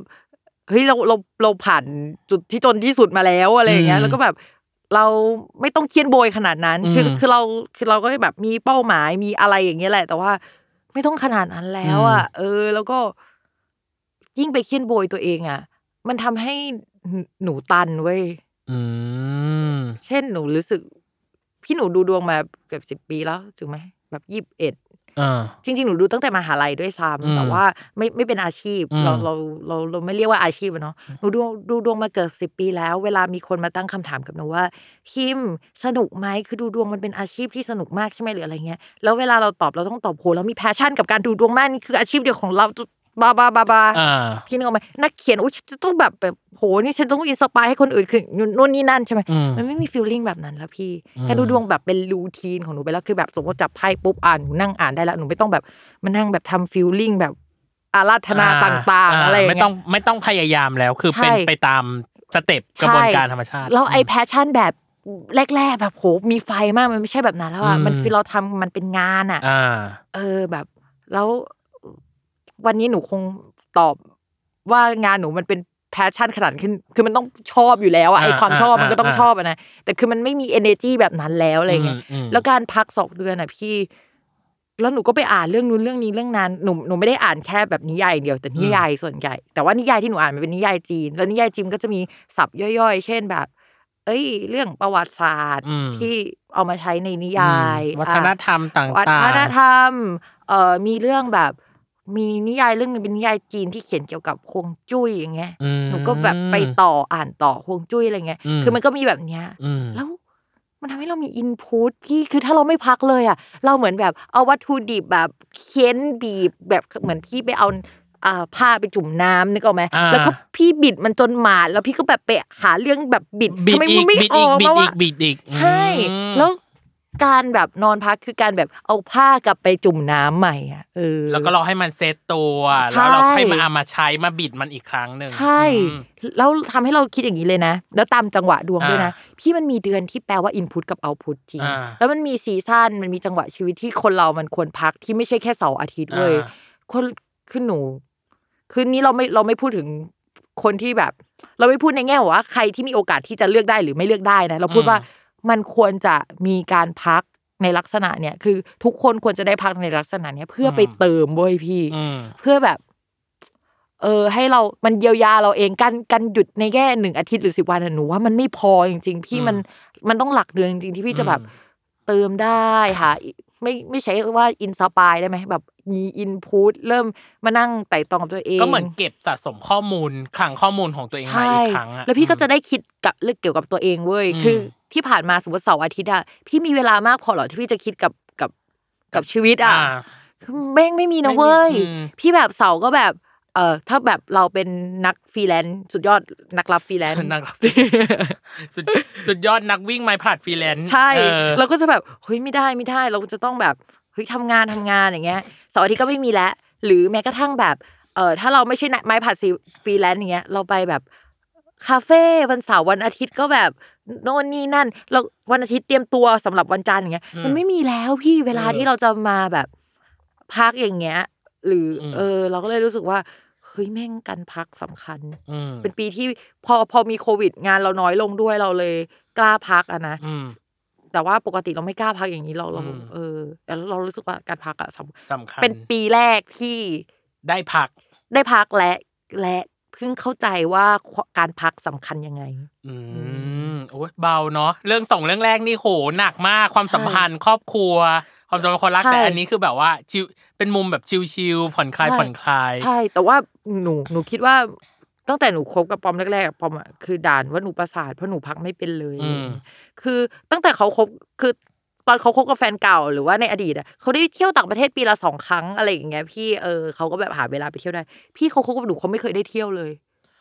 Speaker 4: เฮ้ยเราเราเราผ่านจุดที่จนที่สุดมาแล้วอะไรอย่างเงี้
Speaker 3: อื
Speaker 4: ย
Speaker 3: ม
Speaker 4: แล้วก็แบบเราไม่ต้องเคี่ยนโบยขนาดนั้น คือ
Speaker 3: อืม
Speaker 4: คือเราคือเราก็แบบมีเป้าหมายมีอะไรอย่างเงี้ยแหละ แต่ว่าไม่ต้องขนาดนั้นแล้วอ่ะเออ แล้วก็ยิ่งไปเคี่ยนโบยตัวเองอ่ะ มันทำให้หนูตันเว้ย
Speaker 3: อืม
Speaker 4: เช่นหนูรู้สึก พี่หนูดูดวงมาเกือบสิบ10 ปีแล้วถูกไหมแบบยี่สิบเอ็ด
Speaker 3: อ่า
Speaker 4: จริง ๆ หนูดูตั้งแต่มหาลัยด้วย
Speaker 3: อืม
Speaker 4: ซ้ำแต่ว่าไม่ไม่เป็นอาชีพ
Speaker 3: อืม
Speaker 4: เราเราเราเราไม่เรียกว่าอาชีพอะเนาะหนูดูดูดวงมาเกือบสิบ10 ปีแล้ว เวลามีคนมาตั้งคำถามกับหนูว่าคิมสนุกไหมคือดูดวงมันเป็นอาชีพที่สนุกมากใช่ไหมหรืออะไรเงี้ยแล้วเวลาเราตอบเราต้องตอบโหเรามีแพชชั่นกับการดูดวงมากนี่คืออาชีพเดียวของเราบาบาบาบา
Speaker 3: อ่า
Speaker 4: พี่นึกออกไหมนักเขียนอุ้ยฉันจะต้องแบบแบบโหนี่ฉันต้องอินสปายให้คนอื่นคือนู่นนี่นั่นใช่ไหม
Speaker 3: อืม
Speaker 4: มันไม่มีฟีลลิ่งแบบนั้นแล้วพี่
Speaker 3: อืม
Speaker 4: การดูดวงแบบเป็นรูทีนของหนูไปแล้วคือแบบสมมติจับไพ่ปุ๊บอ่านหนูนั่งอ่านได้แล้วหนูไม่ต้องแบบมานั่งแบบทำฟีลลิ่งแบบอาราธนาต่าง ๆ อะไรอย่าง
Speaker 3: ไม่
Speaker 4: เงี้
Speaker 3: ต้อย งไม่ต้องพยายามแล้วคือ
Speaker 4: ใช่
Speaker 3: เป็นไปตามสเต็ปกระบวนการธรรมชาติ
Speaker 4: แล้วไอ้แพชชั่นแบบแรก ๆ แบบโหมีไฟมากมันไม่ใช่แบบนั้นแล้วอ่ะ
Speaker 3: อืม
Speaker 4: มันคือเราทำมันเป็นงานอ่ะ
Speaker 3: อ่า
Speaker 4: เออแบบ แล้ววันนี้หนูคงตอบว่างานหนูมันเป็นแพชชั่นขนาดขึ้น คือมันต้องชอบอยู่แล้วอะไอ
Speaker 3: อ่า
Speaker 4: ความชอบ
Speaker 3: อ่า
Speaker 4: มันก็ต้อง
Speaker 3: อ่า
Speaker 4: ชอบอะนะแต่คือมันไม่มี energy แบบนั้นแล้วอะไรเงี้ย
Speaker 3: อืม
Speaker 4: แล้วการพักสองเดือนอะพี่ แล้วหนูก็ไปอ่านเรื่องนู้นเรื่องนี้เรื่องนั้นหนูหนูไม่ได้อ่านแค่แบบนิยายอย่างเดียวแต่นิยายส่วนใหญ่ แต่ว่านิยายที่หนูอ่านมันเป็นนิยายจีน แล้วนิยายจีนก็จะมีศัพท์ย่อยๆ เช่นแบบ เอ้ย เรื่องประวัติศาสตร์
Speaker 3: อืม
Speaker 4: ที่เอามาใช้ในนิยาย
Speaker 3: อืมวัฒนธรรมต่างๆ
Speaker 4: วัฒนธรรมเอ่อมีเรื่องแบบ มีนิยายเรื่องหนึงเป็นนิยายจีนที่เขียนเกี่ยวกับฮวงจุ้ยอย่างเงี้ย
Speaker 3: อืม
Speaker 4: หนูก็แบบไปต่ออ่านต่อฮวงจุ้ยอะไรเงี้ย
Speaker 3: อืม
Speaker 4: คือมันก็มีแบบเนี้ย
Speaker 3: อืม
Speaker 4: แล้วมันทำให้เรามีอินพุตพี่คือถ้าเราไม่พักเลยอ่ะ เราเหมือนแบบเอาวัตถุดิบแบบเค้นบีบแบบเหมือนพี่ไปเอาอ่าผ้าไปจุ่มน้ำนึกออกไหม
Speaker 3: อ่า
Speaker 4: แล้วก็พี่บิดมันจนหมาดแล้วพี่ก็แบบไปหาเรื่องแบบบิด
Speaker 3: บิด
Speaker 4: ทำไม
Speaker 3: อี
Speaker 4: มั
Speaker 3: ก
Speaker 4: นไม่
Speaker 3: บิด
Speaker 4: อ
Speaker 3: อี
Speaker 4: อกก
Speaker 3: บิด
Speaker 4: มา
Speaker 3: อี
Speaker 4: วะ
Speaker 3: กบิดอีก
Speaker 4: ใช่
Speaker 3: อืม
Speaker 4: แล้วการแบบนอนพักคือการแบบเอาผ้ากลับไปจุ่มน้ำใหม่อ่ะเออ
Speaker 3: แล้วก็รอให้มันเซตตัว
Speaker 4: ใช่
Speaker 3: แล้วเราค่อยมาเอามาใช้มาบิดมันอีกครั้งหนึ่ง
Speaker 4: ใช่
Speaker 3: อืม
Speaker 4: แล้วทำให้เราคิดอย่างนี้เลยนะ แล้วตามจังหวะดวงด้วยนะ
Speaker 3: อ่
Speaker 4: พี่มันมีเดือนที่แปลว่าอินพุตกับเอาพุตจริง
Speaker 3: อ่า
Speaker 4: แล้วมันมีซีซั่นมันมีจังหวะชีวิตที่คนเรามันควรพักที่ไม่ใช่แค่เสาร์อาทิตย์เว้ย
Speaker 3: อ่า
Speaker 4: คนคือหนู คืนนี้เราไม่เราไม่พูดถึงคนที่แบบ เราไม่พูดในแง่ว่าใครที่มีโอกาสที่จะเลือกได้หรือไม่เลือกได้นะเราพูด
Speaker 3: อืม
Speaker 4: ว่ามันควรจะมีการพักในลักษณะเนี่ย คือทุกคนควรจะได้พักในลักษณะเนี้ยเพื่อไปเติมเว้ยพี่
Speaker 3: อืม
Speaker 4: เพื่อแบบ เออ ให้เรา มันเยียวยาเราเองการการหยุดในแง่หนึ่งอาทิตย์หรือสิบวันอะหนูว่ามันไม่พอจริง ๆ พี่
Speaker 3: อืม
Speaker 4: มันมันต้องหลักเดือนจริงๆที่พี่จะแบบ
Speaker 3: อืม
Speaker 4: เติมได้หาไม่ไม่ใช่ว่าอินสปายได้ไหมแบบมีอินพุตเริ่มมานั่งไต่ตองกับตัวเอง
Speaker 3: ก็เหมือนเก็บสะสมข้อมูลคลังข้อมูลของตัวเองมา
Speaker 4: ใช่
Speaker 3: อีกครั้งอะ
Speaker 4: แล้วพี่ก็จะได้คิดกับเรื่องเกี่ยวกับตัวเองเว้ย
Speaker 3: อืม
Speaker 4: คือที่ผ่านมาสมมติเสาร์อาทิตย์อะพี่มีเวลามากพอเหรอที่พี่จะคิดกับกับกับชีวิตอะ
Speaker 3: อ่า
Speaker 4: คือแม่งไม่มีนะ
Speaker 3: ไม่มี
Speaker 4: เว้ย
Speaker 3: อืม
Speaker 4: พี่แบบเสาก็แบบ เออถ้าแบบเราเป็นนักฟรีแลนซ์สุดยอดนักรับฟรีแลนซ์
Speaker 3: นักรับ สุดสุดยอดนักวิ่งไม้ผลัดฟรีแลนซ์
Speaker 4: ใช่
Speaker 3: เออ
Speaker 4: เราก็จะแบบเฮ้ยไม่ได้ไม่ได้ เราจะต้องแบบเฮ้ยทำงานทำงานอย่างเงี้ยเสาร์อาทิตย์ก็ไม่มีแล้วหรือแม้กระทั่งแบบเออถ้าเราไม่ใช่ไม้ผัดซีฟรีแลนซ์อย่างเงี้ยเราไปแบบคาเฟ่วันเสาร์วันอาทิตย์ก็แบบโน่นนี่นั่นเราวันอาทิตย์เตรียมตัวสำหรับวันจันทร์อย่างเงี้ย
Speaker 3: อืม
Speaker 4: มันไม่มีแล้วพี่เวลา
Speaker 3: เออ
Speaker 4: ที่เราจะมาแบบพักอย่างเงี้ย หรืออ
Speaker 3: ม
Speaker 4: เออ เราก็เลยรู้สึกว่าเฮ้ยแม่งกันพักสำคัญ
Speaker 3: อืม
Speaker 4: เป็นปีที่พอพอมีโควิด งานเราน้อยลงด้วยเราเลยกล้าพักอะนะ
Speaker 3: อืม
Speaker 4: แต่ว่าปกติเราไม่กล้าพักอย่างนี้เราเรา
Speaker 3: อืม
Speaker 4: เออแต่เรารู้สึกว่าการพักอะสำ
Speaker 3: สำคัญ
Speaker 4: เป็นปีแรกที่
Speaker 3: ได้พัก
Speaker 4: ได้พักและและเพิ่งเข้าใจว่าการพักสำคัญยังไง
Speaker 3: อืมโอ้ยเบาเนาะเรื่องสองเรื่องแรกนี่โหหนักมากความสัมพันธ์ครอบครัว ความสัมพันธ์คนรัก
Speaker 4: ใช่
Speaker 3: แต่อันนี้คือแบบว่าชิวเป็นมุมแบบชิวๆผ่อนคลาย
Speaker 4: ใช่
Speaker 3: ผ่อนคลาย
Speaker 4: ใช่ แต่ว่าหนูหนูคิดว่า ตั้งแต่หนูคบกับปอมแรกๆอะปอมอะคือด่านว่าหนูประสาทเพราะหนูพักไม่เป็นเลย
Speaker 3: อืม
Speaker 4: คือตั้งแต่เขาคบคือตอนเขาคบกับแฟนเก่าหรือว่าในอดีตอะเขาได้เที่ยวต่างประเทศปีละสองครั้งอะไรอย่างเงี้ยพี่เออเขาก็แบบหาเวลาไปเที่ยวได้ พี่เขาคบกับหนูเขาไม่เคยได้เที่ยวเลย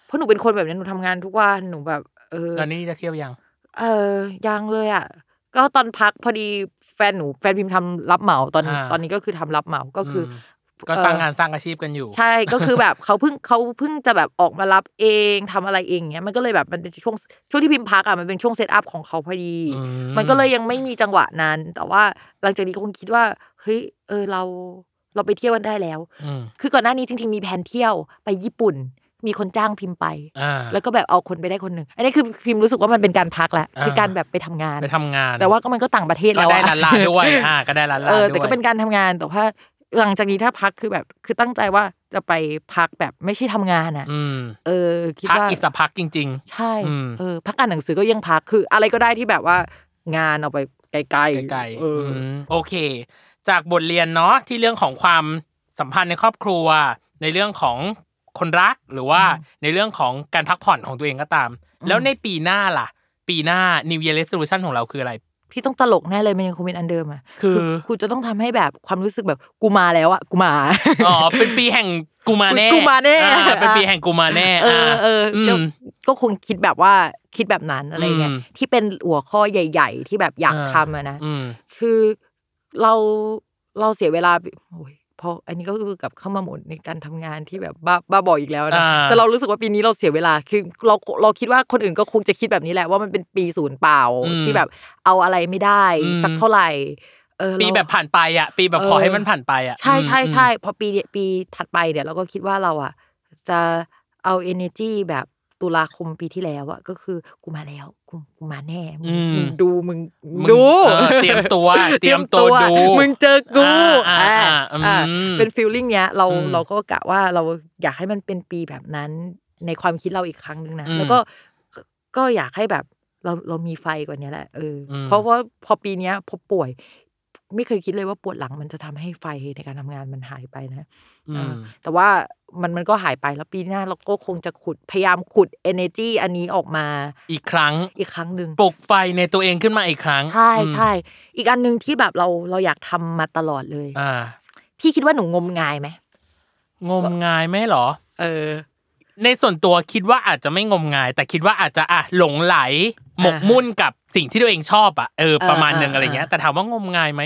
Speaker 4: เพราะหนูเป็นคนแบบนี้หนูทำงานทุกวันหนูแบบ เออ
Speaker 3: ตอนนี้จะเที่ยวยัง
Speaker 4: เออยังเลยอ่ะ ก็ตอนพักพอดีแฟนหนูแฟนพิมพ์ทำรับเหมาตอน
Speaker 3: อ่า
Speaker 4: ตอนนี้ก็คือทำรับเหมาก็คืออ
Speaker 3: ม ก็
Speaker 4: เอ่อ
Speaker 3: สร้างงานสร้างอาชีพกันอยู่
Speaker 4: ใช่ก็คือแบบเขาเพิ่งเขาเพิ่งจะแบบออกมารับเองทำอะไรเองเงี้ยมันก็เลยแบบมันเป็นช่วงช่วงที่พิมพ์พักอ่ะมันเป็นช่วงเซตอัพของเขาพอดี
Speaker 3: อืม
Speaker 4: มันก็เลยยังไม่มีจังหวะนั้น แต่ว่าหลังจากนี้คงคิดว่าเฮ้ยเออเราเราไปเที่ยวกันได้แล้ว
Speaker 3: อืม
Speaker 4: คือก่อนหน้านี้จริงๆมีแผนเที่ยวไปญี่ปุ่น มีคนจ้างพิมพ์ไป
Speaker 3: อ่า
Speaker 4: แล้วก็แบบเอาคนไปได้คนหนึ่งอันนี้คือพิมพ์รู้สึกว่ามันเป็นการพักแหละ
Speaker 3: อ่า
Speaker 4: คือการแบบไปทำงาน
Speaker 3: ไปทำงาน
Speaker 4: แต่ว่าก็มันก็ต่างประเทศ
Speaker 3: ก็
Speaker 4: แล้ว
Speaker 3: ได้
Speaker 4: อะ
Speaker 3: ลานลาด้วยอ่าก็ได้ลานลาด้
Speaker 4: เอ
Speaker 3: ว
Speaker 4: อย แต่ก็เป็นการทำงานแต่ว่าหลังจากนี้ถ้าพักคือแบบคือตั้งใจว่าจะไปพักแบบไม่ใช่ทำงานอ่ะ
Speaker 3: อืม
Speaker 4: เออคิด
Speaker 3: พัก
Speaker 4: ว่า
Speaker 3: อิสกพักจริง
Speaker 4: ใช่
Speaker 3: อืม
Speaker 4: เออพักอ่านหนังสือก็ยังพักคือ อะไรก็ได้ที่แบบว่างานเอาไปไกลๆ
Speaker 3: ๆไกล
Speaker 4: เอออ
Speaker 3: ๆโอเค จากบทเรียนเนาะที่เรื่องของความสัมพันธ์ในครอบครัว ในเรื่องของคนรักหรือว่าในเรื่องของการพักผ่อนของตัวเองก็ตาม แล้วในปีหน้าล่ะ ปีหน้า New Year Resolution ของเราคืออะไร
Speaker 4: ที่ต้องตลกแน่เลยมันยังคงเป็นอันเดิมอ่ะ
Speaker 3: คือ
Speaker 4: กูจะต้องทำให้แบบความรู้สึกแบบกูมาแล้วอ่ะกูมา
Speaker 3: อ๋อ เป็นปีแห่งกูมาแน่
Speaker 4: กูมาแน่
Speaker 3: อ่เป็นปีแห่งกูมาแน่
Speaker 4: เออเออ
Speaker 3: อื
Speaker 4: ก็
Speaker 3: ม
Speaker 4: ก็คงคิดแบบว่าคิดแบบนั้นอะไรเงี้ย
Speaker 3: อืม
Speaker 4: ที่เป็นหัวข้อใหญ่ ๆ ที่แบบอยากทำอะนะ
Speaker 3: อืม
Speaker 4: คือเราเราเสียเวลาไปโอ้ยพออันนี้ก็คือกับเข้ามาหมดในการทำงานที่แบบบ้าบ้าบออีกแล้วนะ
Speaker 3: อ่า
Speaker 4: แต่เรารู้สึกว่าปีนี้เราเสียเวลาคือเราเราคิดว่าคนอื่นก็คงจะคิดแบบนี้แหละว่ามันเป็นปีศูนย์เปล่าที่แบบเอาอะไรไม่ได้ สักเท่าไหร่เออเรา
Speaker 3: ปีแบบผ่านไปอ่ะ ปีแบบ
Speaker 4: เออ
Speaker 3: ขอให้มันผ่านไปอ่ะ
Speaker 4: ใช่ใช่
Speaker 3: อืม
Speaker 4: ใช่พอปีเนี่ยปีถัดไปเนี่ยเราก็คิดว่าเราอ่ะจะเอา energy แบบตุลาคมปีที่แล้วอ่ะก็คือกูมาแล้วกูกูมาแน่มึง
Speaker 3: อืม
Speaker 4: มึงดูมึงมึง
Speaker 3: มึง
Speaker 4: ดู
Speaker 3: เออเตรียมตัว เตรียมตัวดู
Speaker 4: มึงเจอกู
Speaker 3: อ่าอ่าอ่า
Speaker 4: อ่า
Speaker 3: อืม
Speaker 4: เป็นฟีลลิ่งเนี้ยเรา
Speaker 3: อืม
Speaker 4: เราก็กะว่าเราอยากให้มันเป็นปีแบบนั้นในความคิดเราอีกครั้งหนึ่งนะ
Speaker 3: อืม
Speaker 4: แล้วก็ก็ก็อยากให้แบบเราเรามีไฟกว่านี้แหละเอออ
Speaker 3: ม
Speaker 4: เพราะว่าพอปีเนี้ยพอป่วย ไม่เคยคิดเลยว่าปวดหลังมันจะทำให้ไฟในการทำงานมันหายไปนะ
Speaker 3: อืม
Speaker 4: แต่ว่ามันมันก็หายไปแล้วปีหน้าเราก็คงจะขุดพยายามขุด energy อันนี้ออกมา
Speaker 3: อีกครั้ง
Speaker 4: อีกครั้งหนึ่ง
Speaker 3: ปลุกไฟในตัวเองขึ้นมาอีกครั้ง
Speaker 4: ใช่
Speaker 3: อืม
Speaker 4: ใช่อีกอันหนึ่งที่แบบเราเราอยากทำมาตลอดเลย
Speaker 3: อ่า
Speaker 4: พี่คิดว่าหนูงมงายไหม
Speaker 3: งมงายไหมเหรอ
Speaker 4: เออ
Speaker 3: ในส่วนตัวคิดว่าอาจจะไม่งมงาย แต่คิดว่าอาจจะอ่ะหลงไหล หมก
Speaker 4: อ่าฮะ
Speaker 3: มุ่นกับสิ่งที่ตัวเองชอบอ่ะเออประมาณหนึ่ง
Speaker 4: เออ
Speaker 3: อะไรเงี้ย
Speaker 4: เออ
Speaker 3: แต่ถามว่างมงายไหม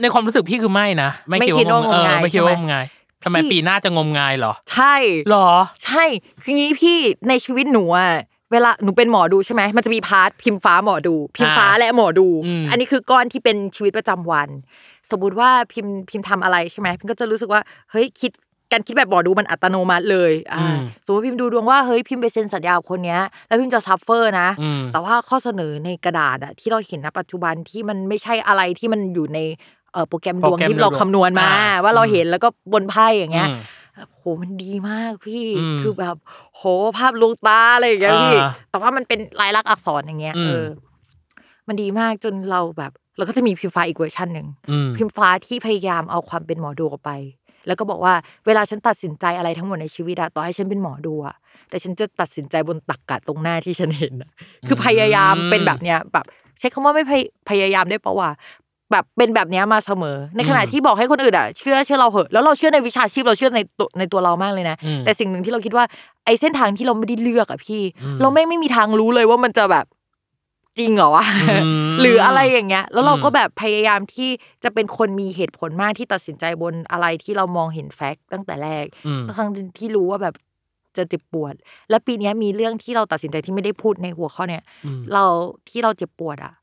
Speaker 3: ในความรู้สึกพี่คือไม่นะไม่คิดว่างม
Speaker 4: ไม่คิด
Speaker 3: เองอไม่คิด
Speaker 4: ว่างมายใช่ไหม
Speaker 3: ว่างมงายทำไม
Speaker 4: พี่
Speaker 3: ปีหน้าจะงมงายเหรอ
Speaker 4: ใช่
Speaker 3: เหรอ
Speaker 4: ใช่คืองี้พี่ในชีวิตหนูอะเวลาหนูเป็นหมอดูใช่ไหมมันจะมีพาร์ทพิมพ์ฟ้าหมอดู พิมพ์ฟ้าและหมอดู
Speaker 3: อืม
Speaker 4: อันนี้คือก้อนที่เป็นชีวิตประจำวัน สมมติว่าพิมพ์พิมพ์ทำอะไรใช่ไหมพิมพ์ก็จะรู้สึกว่าเฮ้ยคิดการคิดแบบหมอดูมันอัตโนมัติเลยอ่าสมมติพิมพ์ดูดวงว่าเฮ้ยพิมพ์ไปเซ็นสัญญากับคนเนี้ยแล้วพิมพ์จะซัฟเฟอร์นะ
Speaker 3: อืม
Speaker 4: แต่ว่าข้อเสนอในกระดาษอะที่เราเห็นนะปัจจุบันที่มันไม่ใช่อะไรที่มันอยู่ในเอ่อโปรแกรมดว
Speaker 3: โป
Speaker 4: ง
Speaker 3: รแกรม
Speaker 4: ที่เรา
Speaker 3: ดวง
Speaker 4: คำนวณมา
Speaker 3: อ่า
Speaker 4: ว่าเรา
Speaker 3: อืม
Speaker 4: เห็นแล้วก็บนไพ่อย่างเงี้ย
Speaker 3: อืม
Speaker 4: โหมันดีมากพี่
Speaker 3: อืม
Speaker 4: คือแบบโหภาพลวงตาอะไรอย่างเงี้ยพี่
Speaker 3: อ่า
Speaker 4: แต่ว่ามันเป็นลายลักษณ์อักษรอย่างเงี้ย
Speaker 3: อืม
Speaker 4: เออมันดีมากจนเราแบบเราก็จะมีพิมพ์ฟ้าอีกเวอร์ชันหนึ่ง
Speaker 3: อืม
Speaker 4: พิมฟ้าที่พยายามเอาความเป็นหมอดูออกไป แล้วก็บอกว่าเวลาฉันตัดสินใจอะไรทั้งหมดในชีวิตอะต่อให้ฉันเป็นหมอดูอะแต่ฉันจะตัดสินใจบนตรรกะตรงหน้าที่ฉันเห็นอะคือพยายาม
Speaker 3: อืม
Speaker 4: เป็นแบบเนี้ยแบบใช้คำว่าไม่พยพยายามได้ปะวะแบบเป็นแบบเนี้ยมาเสมอ ในขณะ
Speaker 3: อืม
Speaker 4: ที่บอกให้คนอื่นอะเชื่อเชื่อเราเหอะแล้วเราเชื่อในวิชาชีพเราเชื่อในตัวในตัวเรามากเลยนะ
Speaker 3: อืม
Speaker 4: แต่สิ่งหนึ่งที่เราคิดว่าไอ้เส้นทางที่เราไม่ได้เลือกอะพี่
Speaker 3: อืม
Speaker 4: เราไม่งไม่มีทางรู้เลยว่ามันจะแบบจริงเหรอวะ
Speaker 3: อืม
Speaker 4: หรืออะไรอย่างเงี้ย แล้วเรา
Speaker 3: อืม
Speaker 4: ก็แบบพยายามที่จะเป็นคนมีเหตุผลมากที่ตัดสินใจบนอะไรที่เรามองเห็นแฟกต์ตั้งแต่แรก
Speaker 3: อืม
Speaker 4: ทั้งที่รู้ว่าแบบจะเจ็บปวด และปีเนี้ยมีเรื่องที่เราตัดสินใจที่ไม่ได้พูดในหัวข้อเนี่ย
Speaker 3: อืม
Speaker 4: เราที่เราเจ็บปวดอะ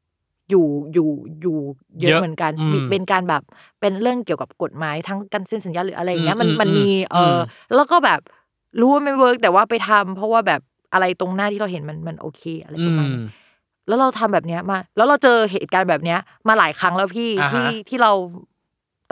Speaker 4: อยู่อยู่อยู่เย
Speaker 3: เย
Speaker 4: อะ
Speaker 3: อะ
Speaker 4: เหมือนกัน
Speaker 3: อืม
Speaker 4: มีเป็นการแบบเป็นเรื่องเกี่ยวกับกฎหมายทั้งการเซ็นสัญญาหรืออะไรอย่างเงี้ย
Speaker 3: อืม
Speaker 4: มันมัน
Speaker 3: อืม
Speaker 4: มีเอออ
Speaker 3: ม
Speaker 4: แล้วก็แบบรู้ว่าไม่เวิร์กแต่ว่าไปทำเพราะว่าแบบอะไรตรงหน้าที่เราเห็นมันมันโอเคอะไร
Speaker 3: อื
Speaker 4: ประมาณ
Speaker 3: ม
Speaker 4: นี้ แล้วเราทำแบบเนี้ยมา แล้วเราเจอเหตุการณ์แบบเนี้ย มาหลายครั้งแล้วพี่
Speaker 3: อ่าฮะ
Speaker 4: ที่ที่เรา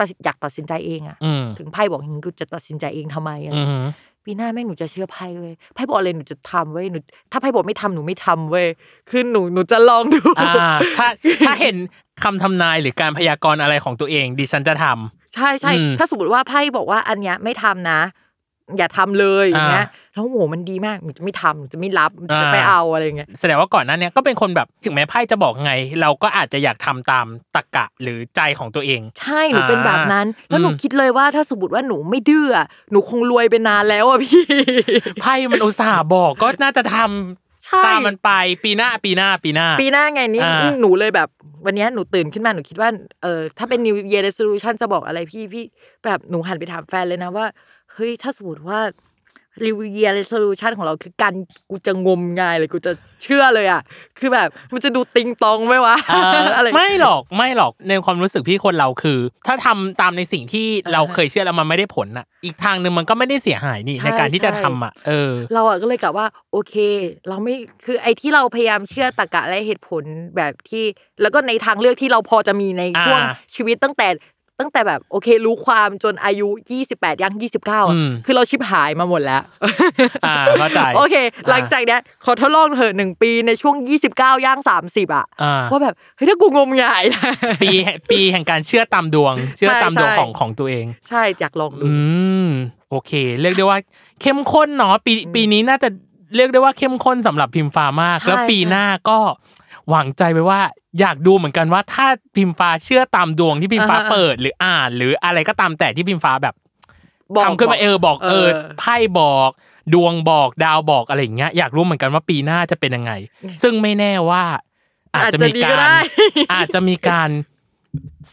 Speaker 4: ตัดสินอยากตัดสินใจเองอะ
Speaker 3: อืม
Speaker 4: ถึงไพ่บอกอย่างงี้กูจะตัดสินใจเองทำไมอะ
Speaker 3: อืม
Speaker 4: ปีหน้าแม่งหนูจะเชื่อไพ่เว้ยไพ่บอกเลยหนูจะทำเว้ยหนูถ้าไพ่บอกไม่ทำหนูไม่ทำเว้ยคือหนูหนูจะลองดู
Speaker 3: อ่าถ้าถ้าเห็นคำทำนายหรือการพยากรณ์อะไรของตัวเอง ดิฉันจะทำ
Speaker 4: ใช่ใช่
Speaker 3: อืม
Speaker 4: ถ้าสมมติว่าไพ่บอกว่าอันเนี้ยไม่ทำนะ อย่าทำเลยอย่างเงี้ย
Speaker 3: อ่
Speaker 4: แล้วโหมันดีมากหนูจะไม่ทำหนูจะไม่รับหนูจะ
Speaker 3: อ่า
Speaker 4: ไม่เอาอะไรอย่างเงี้ย
Speaker 3: แสดงว่าก่อนหน้าเนี้ยก็เป็นคนแบบถึงแม้ไพ่จะบอกไง เราก็อาจจะอยากทำตามตรกกะหรือใจของตัวเอง
Speaker 4: ใช่หนูเป็นแบบนั้น
Speaker 3: อ่า
Speaker 4: แล้วหนู
Speaker 3: อืม
Speaker 4: คิดเลยว่าถ้าสมมติว่าหนูไม่ดื้ออะหนูคงรวยไปนานแล้วอะพี่
Speaker 3: ไพ่มันอุตส่าห์บอกก็น่าจะทำ
Speaker 4: ใช่
Speaker 3: ตามมันไปปีหน้าปีหน้าปีหน้า
Speaker 4: ปีหน้าไงนี่
Speaker 3: อ่า
Speaker 4: หนูเลยแบบ วันเนี้ยหนูตื่นขึ้นมาหนูคิดว่าเออถ้าเป็น New Year Resolution จะบอกอะไรพี่พี่แบบหนูหันไปถามแฟนเลยนะว่าเฮ้ยถ้าสมมติว่า New Year Resolution ของเราคือการกูจะงมงายเลยกูจะเชื่อเลยอ่ะคือแบบมันจะดูติงตองไหมวะ
Speaker 3: เอ่อ
Speaker 4: อะไร
Speaker 3: ไม่หรอกไม่หรอกในความรู้สึกพี่คนเราคือ ถ้าทำตามในสิ่งที่เราเคยเชื่อแล้วมันไม่ได้ผลน่ะ อีกทางหนึ่งมันก็ไม่ได้เสียหายนี่
Speaker 4: ใช่
Speaker 3: ในการที่จะ
Speaker 4: ใช่
Speaker 3: ทำอ่ะเออ
Speaker 4: เราอะก็เลยกะว่าโอเค เราไม่คือไอ้ที่เราพยายามเชื่อตรรกะและเหตุผลแบบที่ แล้วก็ในทางเลือกที่เราพอจะมีใน
Speaker 3: อ่า
Speaker 4: ช่วงชีวิตตั้งแต่ตั้งแต่แบบโอเค รู้ความจนอายุ 28ยัง29อะ
Speaker 3: อืม
Speaker 4: คือเราชิบหายมาหมดแล้ว
Speaker 3: อ่าเข้าใจ
Speaker 4: โอเค
Speaker 3: อ่า
Speaker 4: หลังจากเนี้ยขอทดลองเถอะหนึ่งปีในช่วง 29ย่าง 30 อ่ะ
Speaker 3: อ่า
Speaker 4: ว่าแบบเฮ้ยถ้ากูงมงายนะ
Speaker 3: ปีแห่งปีแห่งการเชื่อตามดวง เชื่อตามดวง
Speaker 4: ใช่
Speaker 3: ของของตัวเอง
Speaker 4: ใช่อยากลองดู
Speaker 3: อืมโอเค เรียกได้ว่าเข้มข้นเนาะปีปีนี้น่าจะเรียกได้ว่าเข้มข้นสำหรับพิมฟ้ามาก
Speaker 4: ใช่
Speaker 3: แล้วปีหน้าก็หวังใจไปว่า อยากดูเหมือนกันว่าถ้าพิมฟ้าเชื่อตามดวงที่พิมฟ้าเปิดหรืออ่าน หรืออะไรก็ตามแต่ที่พิมฟ้าแบบ
Speaker 4: บอก
Speaker 3: ทำขึ้นมาเออบอกเออ
Speaker 4: เออ
Speaker 3: ไพ่บอก ดวงบอกดาวบอกอะไรอย่างเงี้ยอยากรู้เหมือนกันว่าปีหน้าจะเป็นยังไง ซึ่งไม่แน่ว่า อาจจะมี
Speaker 4: ดี
Speaker 3: กา
Speaker 4: ก็
Speaker 3: ร
Speaker 4: ได้
Speaker 3: อาจจะมีการ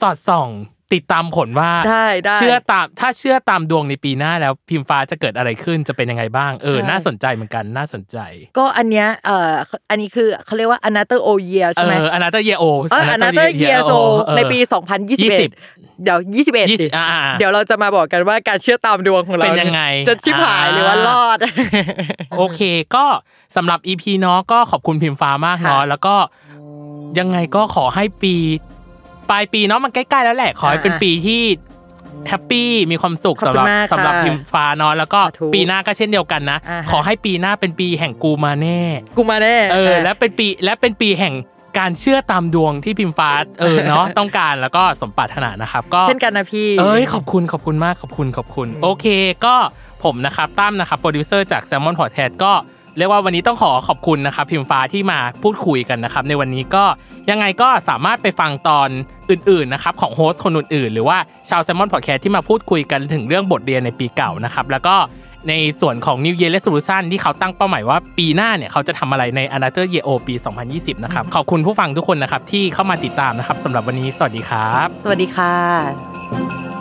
Speaker 3: สอดส่องติดตามผลว่า
Speaker 4: ได้ได้
Speaker 3: เชื่อตามถ้าเชื่อตามดวงในปีหน้าแล้วพิมฟ้าจะเกิดอะไรขึ้นจะเป็นยังไงบ้างเออ
Speaker 4: ใช่
Speaker 3: น่าสนใจเหมือนกันน่าสนใจ
Speaker 4: ก็อันเนี้ยเอ่ออันนี้คือเขาเรียกว่า another o year
Speaker 3: เอ
Speaker 4: ใช่ไหม
Speaker 3: ออนาเตอร์เยโอ
Speaker 4: เออ another year so ในปี 2021 เดี๋ยว 21สิเดี๋ยวเราจะมาบอกกันว่าการเชื่อตามดวงของเรา
Speaker 3: เป็นยังไง
Speaker 4: จะชิบหาย
Speaker 3: อ่า
Speaker 4: หรือว่ารอด
Speaker 3: โอเคก็สำหรับ EP เนาะก็ขอบคุณพิมฟ้ามากเนาะ
Speaker 4: ค่ะ
Speaker 3: แล้วก็ยังไงก็ขอให้ปีปลายปีเนาะมันใกล้ๆแล้วแหละ ขอให้เป็น
Speaker 4: อ่า
Speaker 3: ปีที่แฮปปี้มีความสุข
Speaker 4: ขอบ
Speaker 3: สำ
Speaker 4: คุ
Speaker 3: หรับ
Speaker 4: ณมากค่ะ
Speaker 3: สำหรับพิมฟ้าเนาะแล้วก็
Speaker 4: สาธุ
Speaker 3: ปีหน้าก็เช่นเดียวกันนะ
Speaker 4: อ่าฮะ
Speaker 3: ขอให้ปีหน้าเป็นปีแห่งกูมาแน่
Speaker 4: กูมาแน่
Speaker 3: เออ และเป็นปีและเป็นปีแห่งการเชื่อตามดวงที่พิมฟ้าเออเนาะต้องการแล้วก็สมปรารถนานะครับก็
Speaker 4: เช่นกันนะพี่
Speaker 3: เอ้ยขอบคุณขอบคุณมากขอบคุณขอบคุณ โอเคก็ผมนะครับตั้มนะครับโปรดิวเซอร์จาก s ซ l m o n p o d c a s t ก็เรียกว่าวันนี้ต้องขอขอบคุณนะครับพิมฟ้าที่มาพูดคุยกันนะครับ ในวันนี้ก็ยังไงก็สามารถไปฟังตอนอื่นๆนะครับของโฮสต์คนอื่นๆ หรือว่าชาว s ซ l m o n Podcast ที่มาพูดคุยกันถึงเรื่องบทเรียนในปีเก่านะครับแล้วก็ในส่วนของ New Year Resolution ที่เขาตั้งเป้าหมายว่าปีหน้าเนี่ยเขาจะทำอะไรใน Another Year O ปี 2020 นะครับขอบคุณผู้ฟังทุกคนนะครับที่เข้ามาติดตามนะครับสำหรับวันนี้สวัสดีครับ
Speaker 4: สวัสดีค่ะ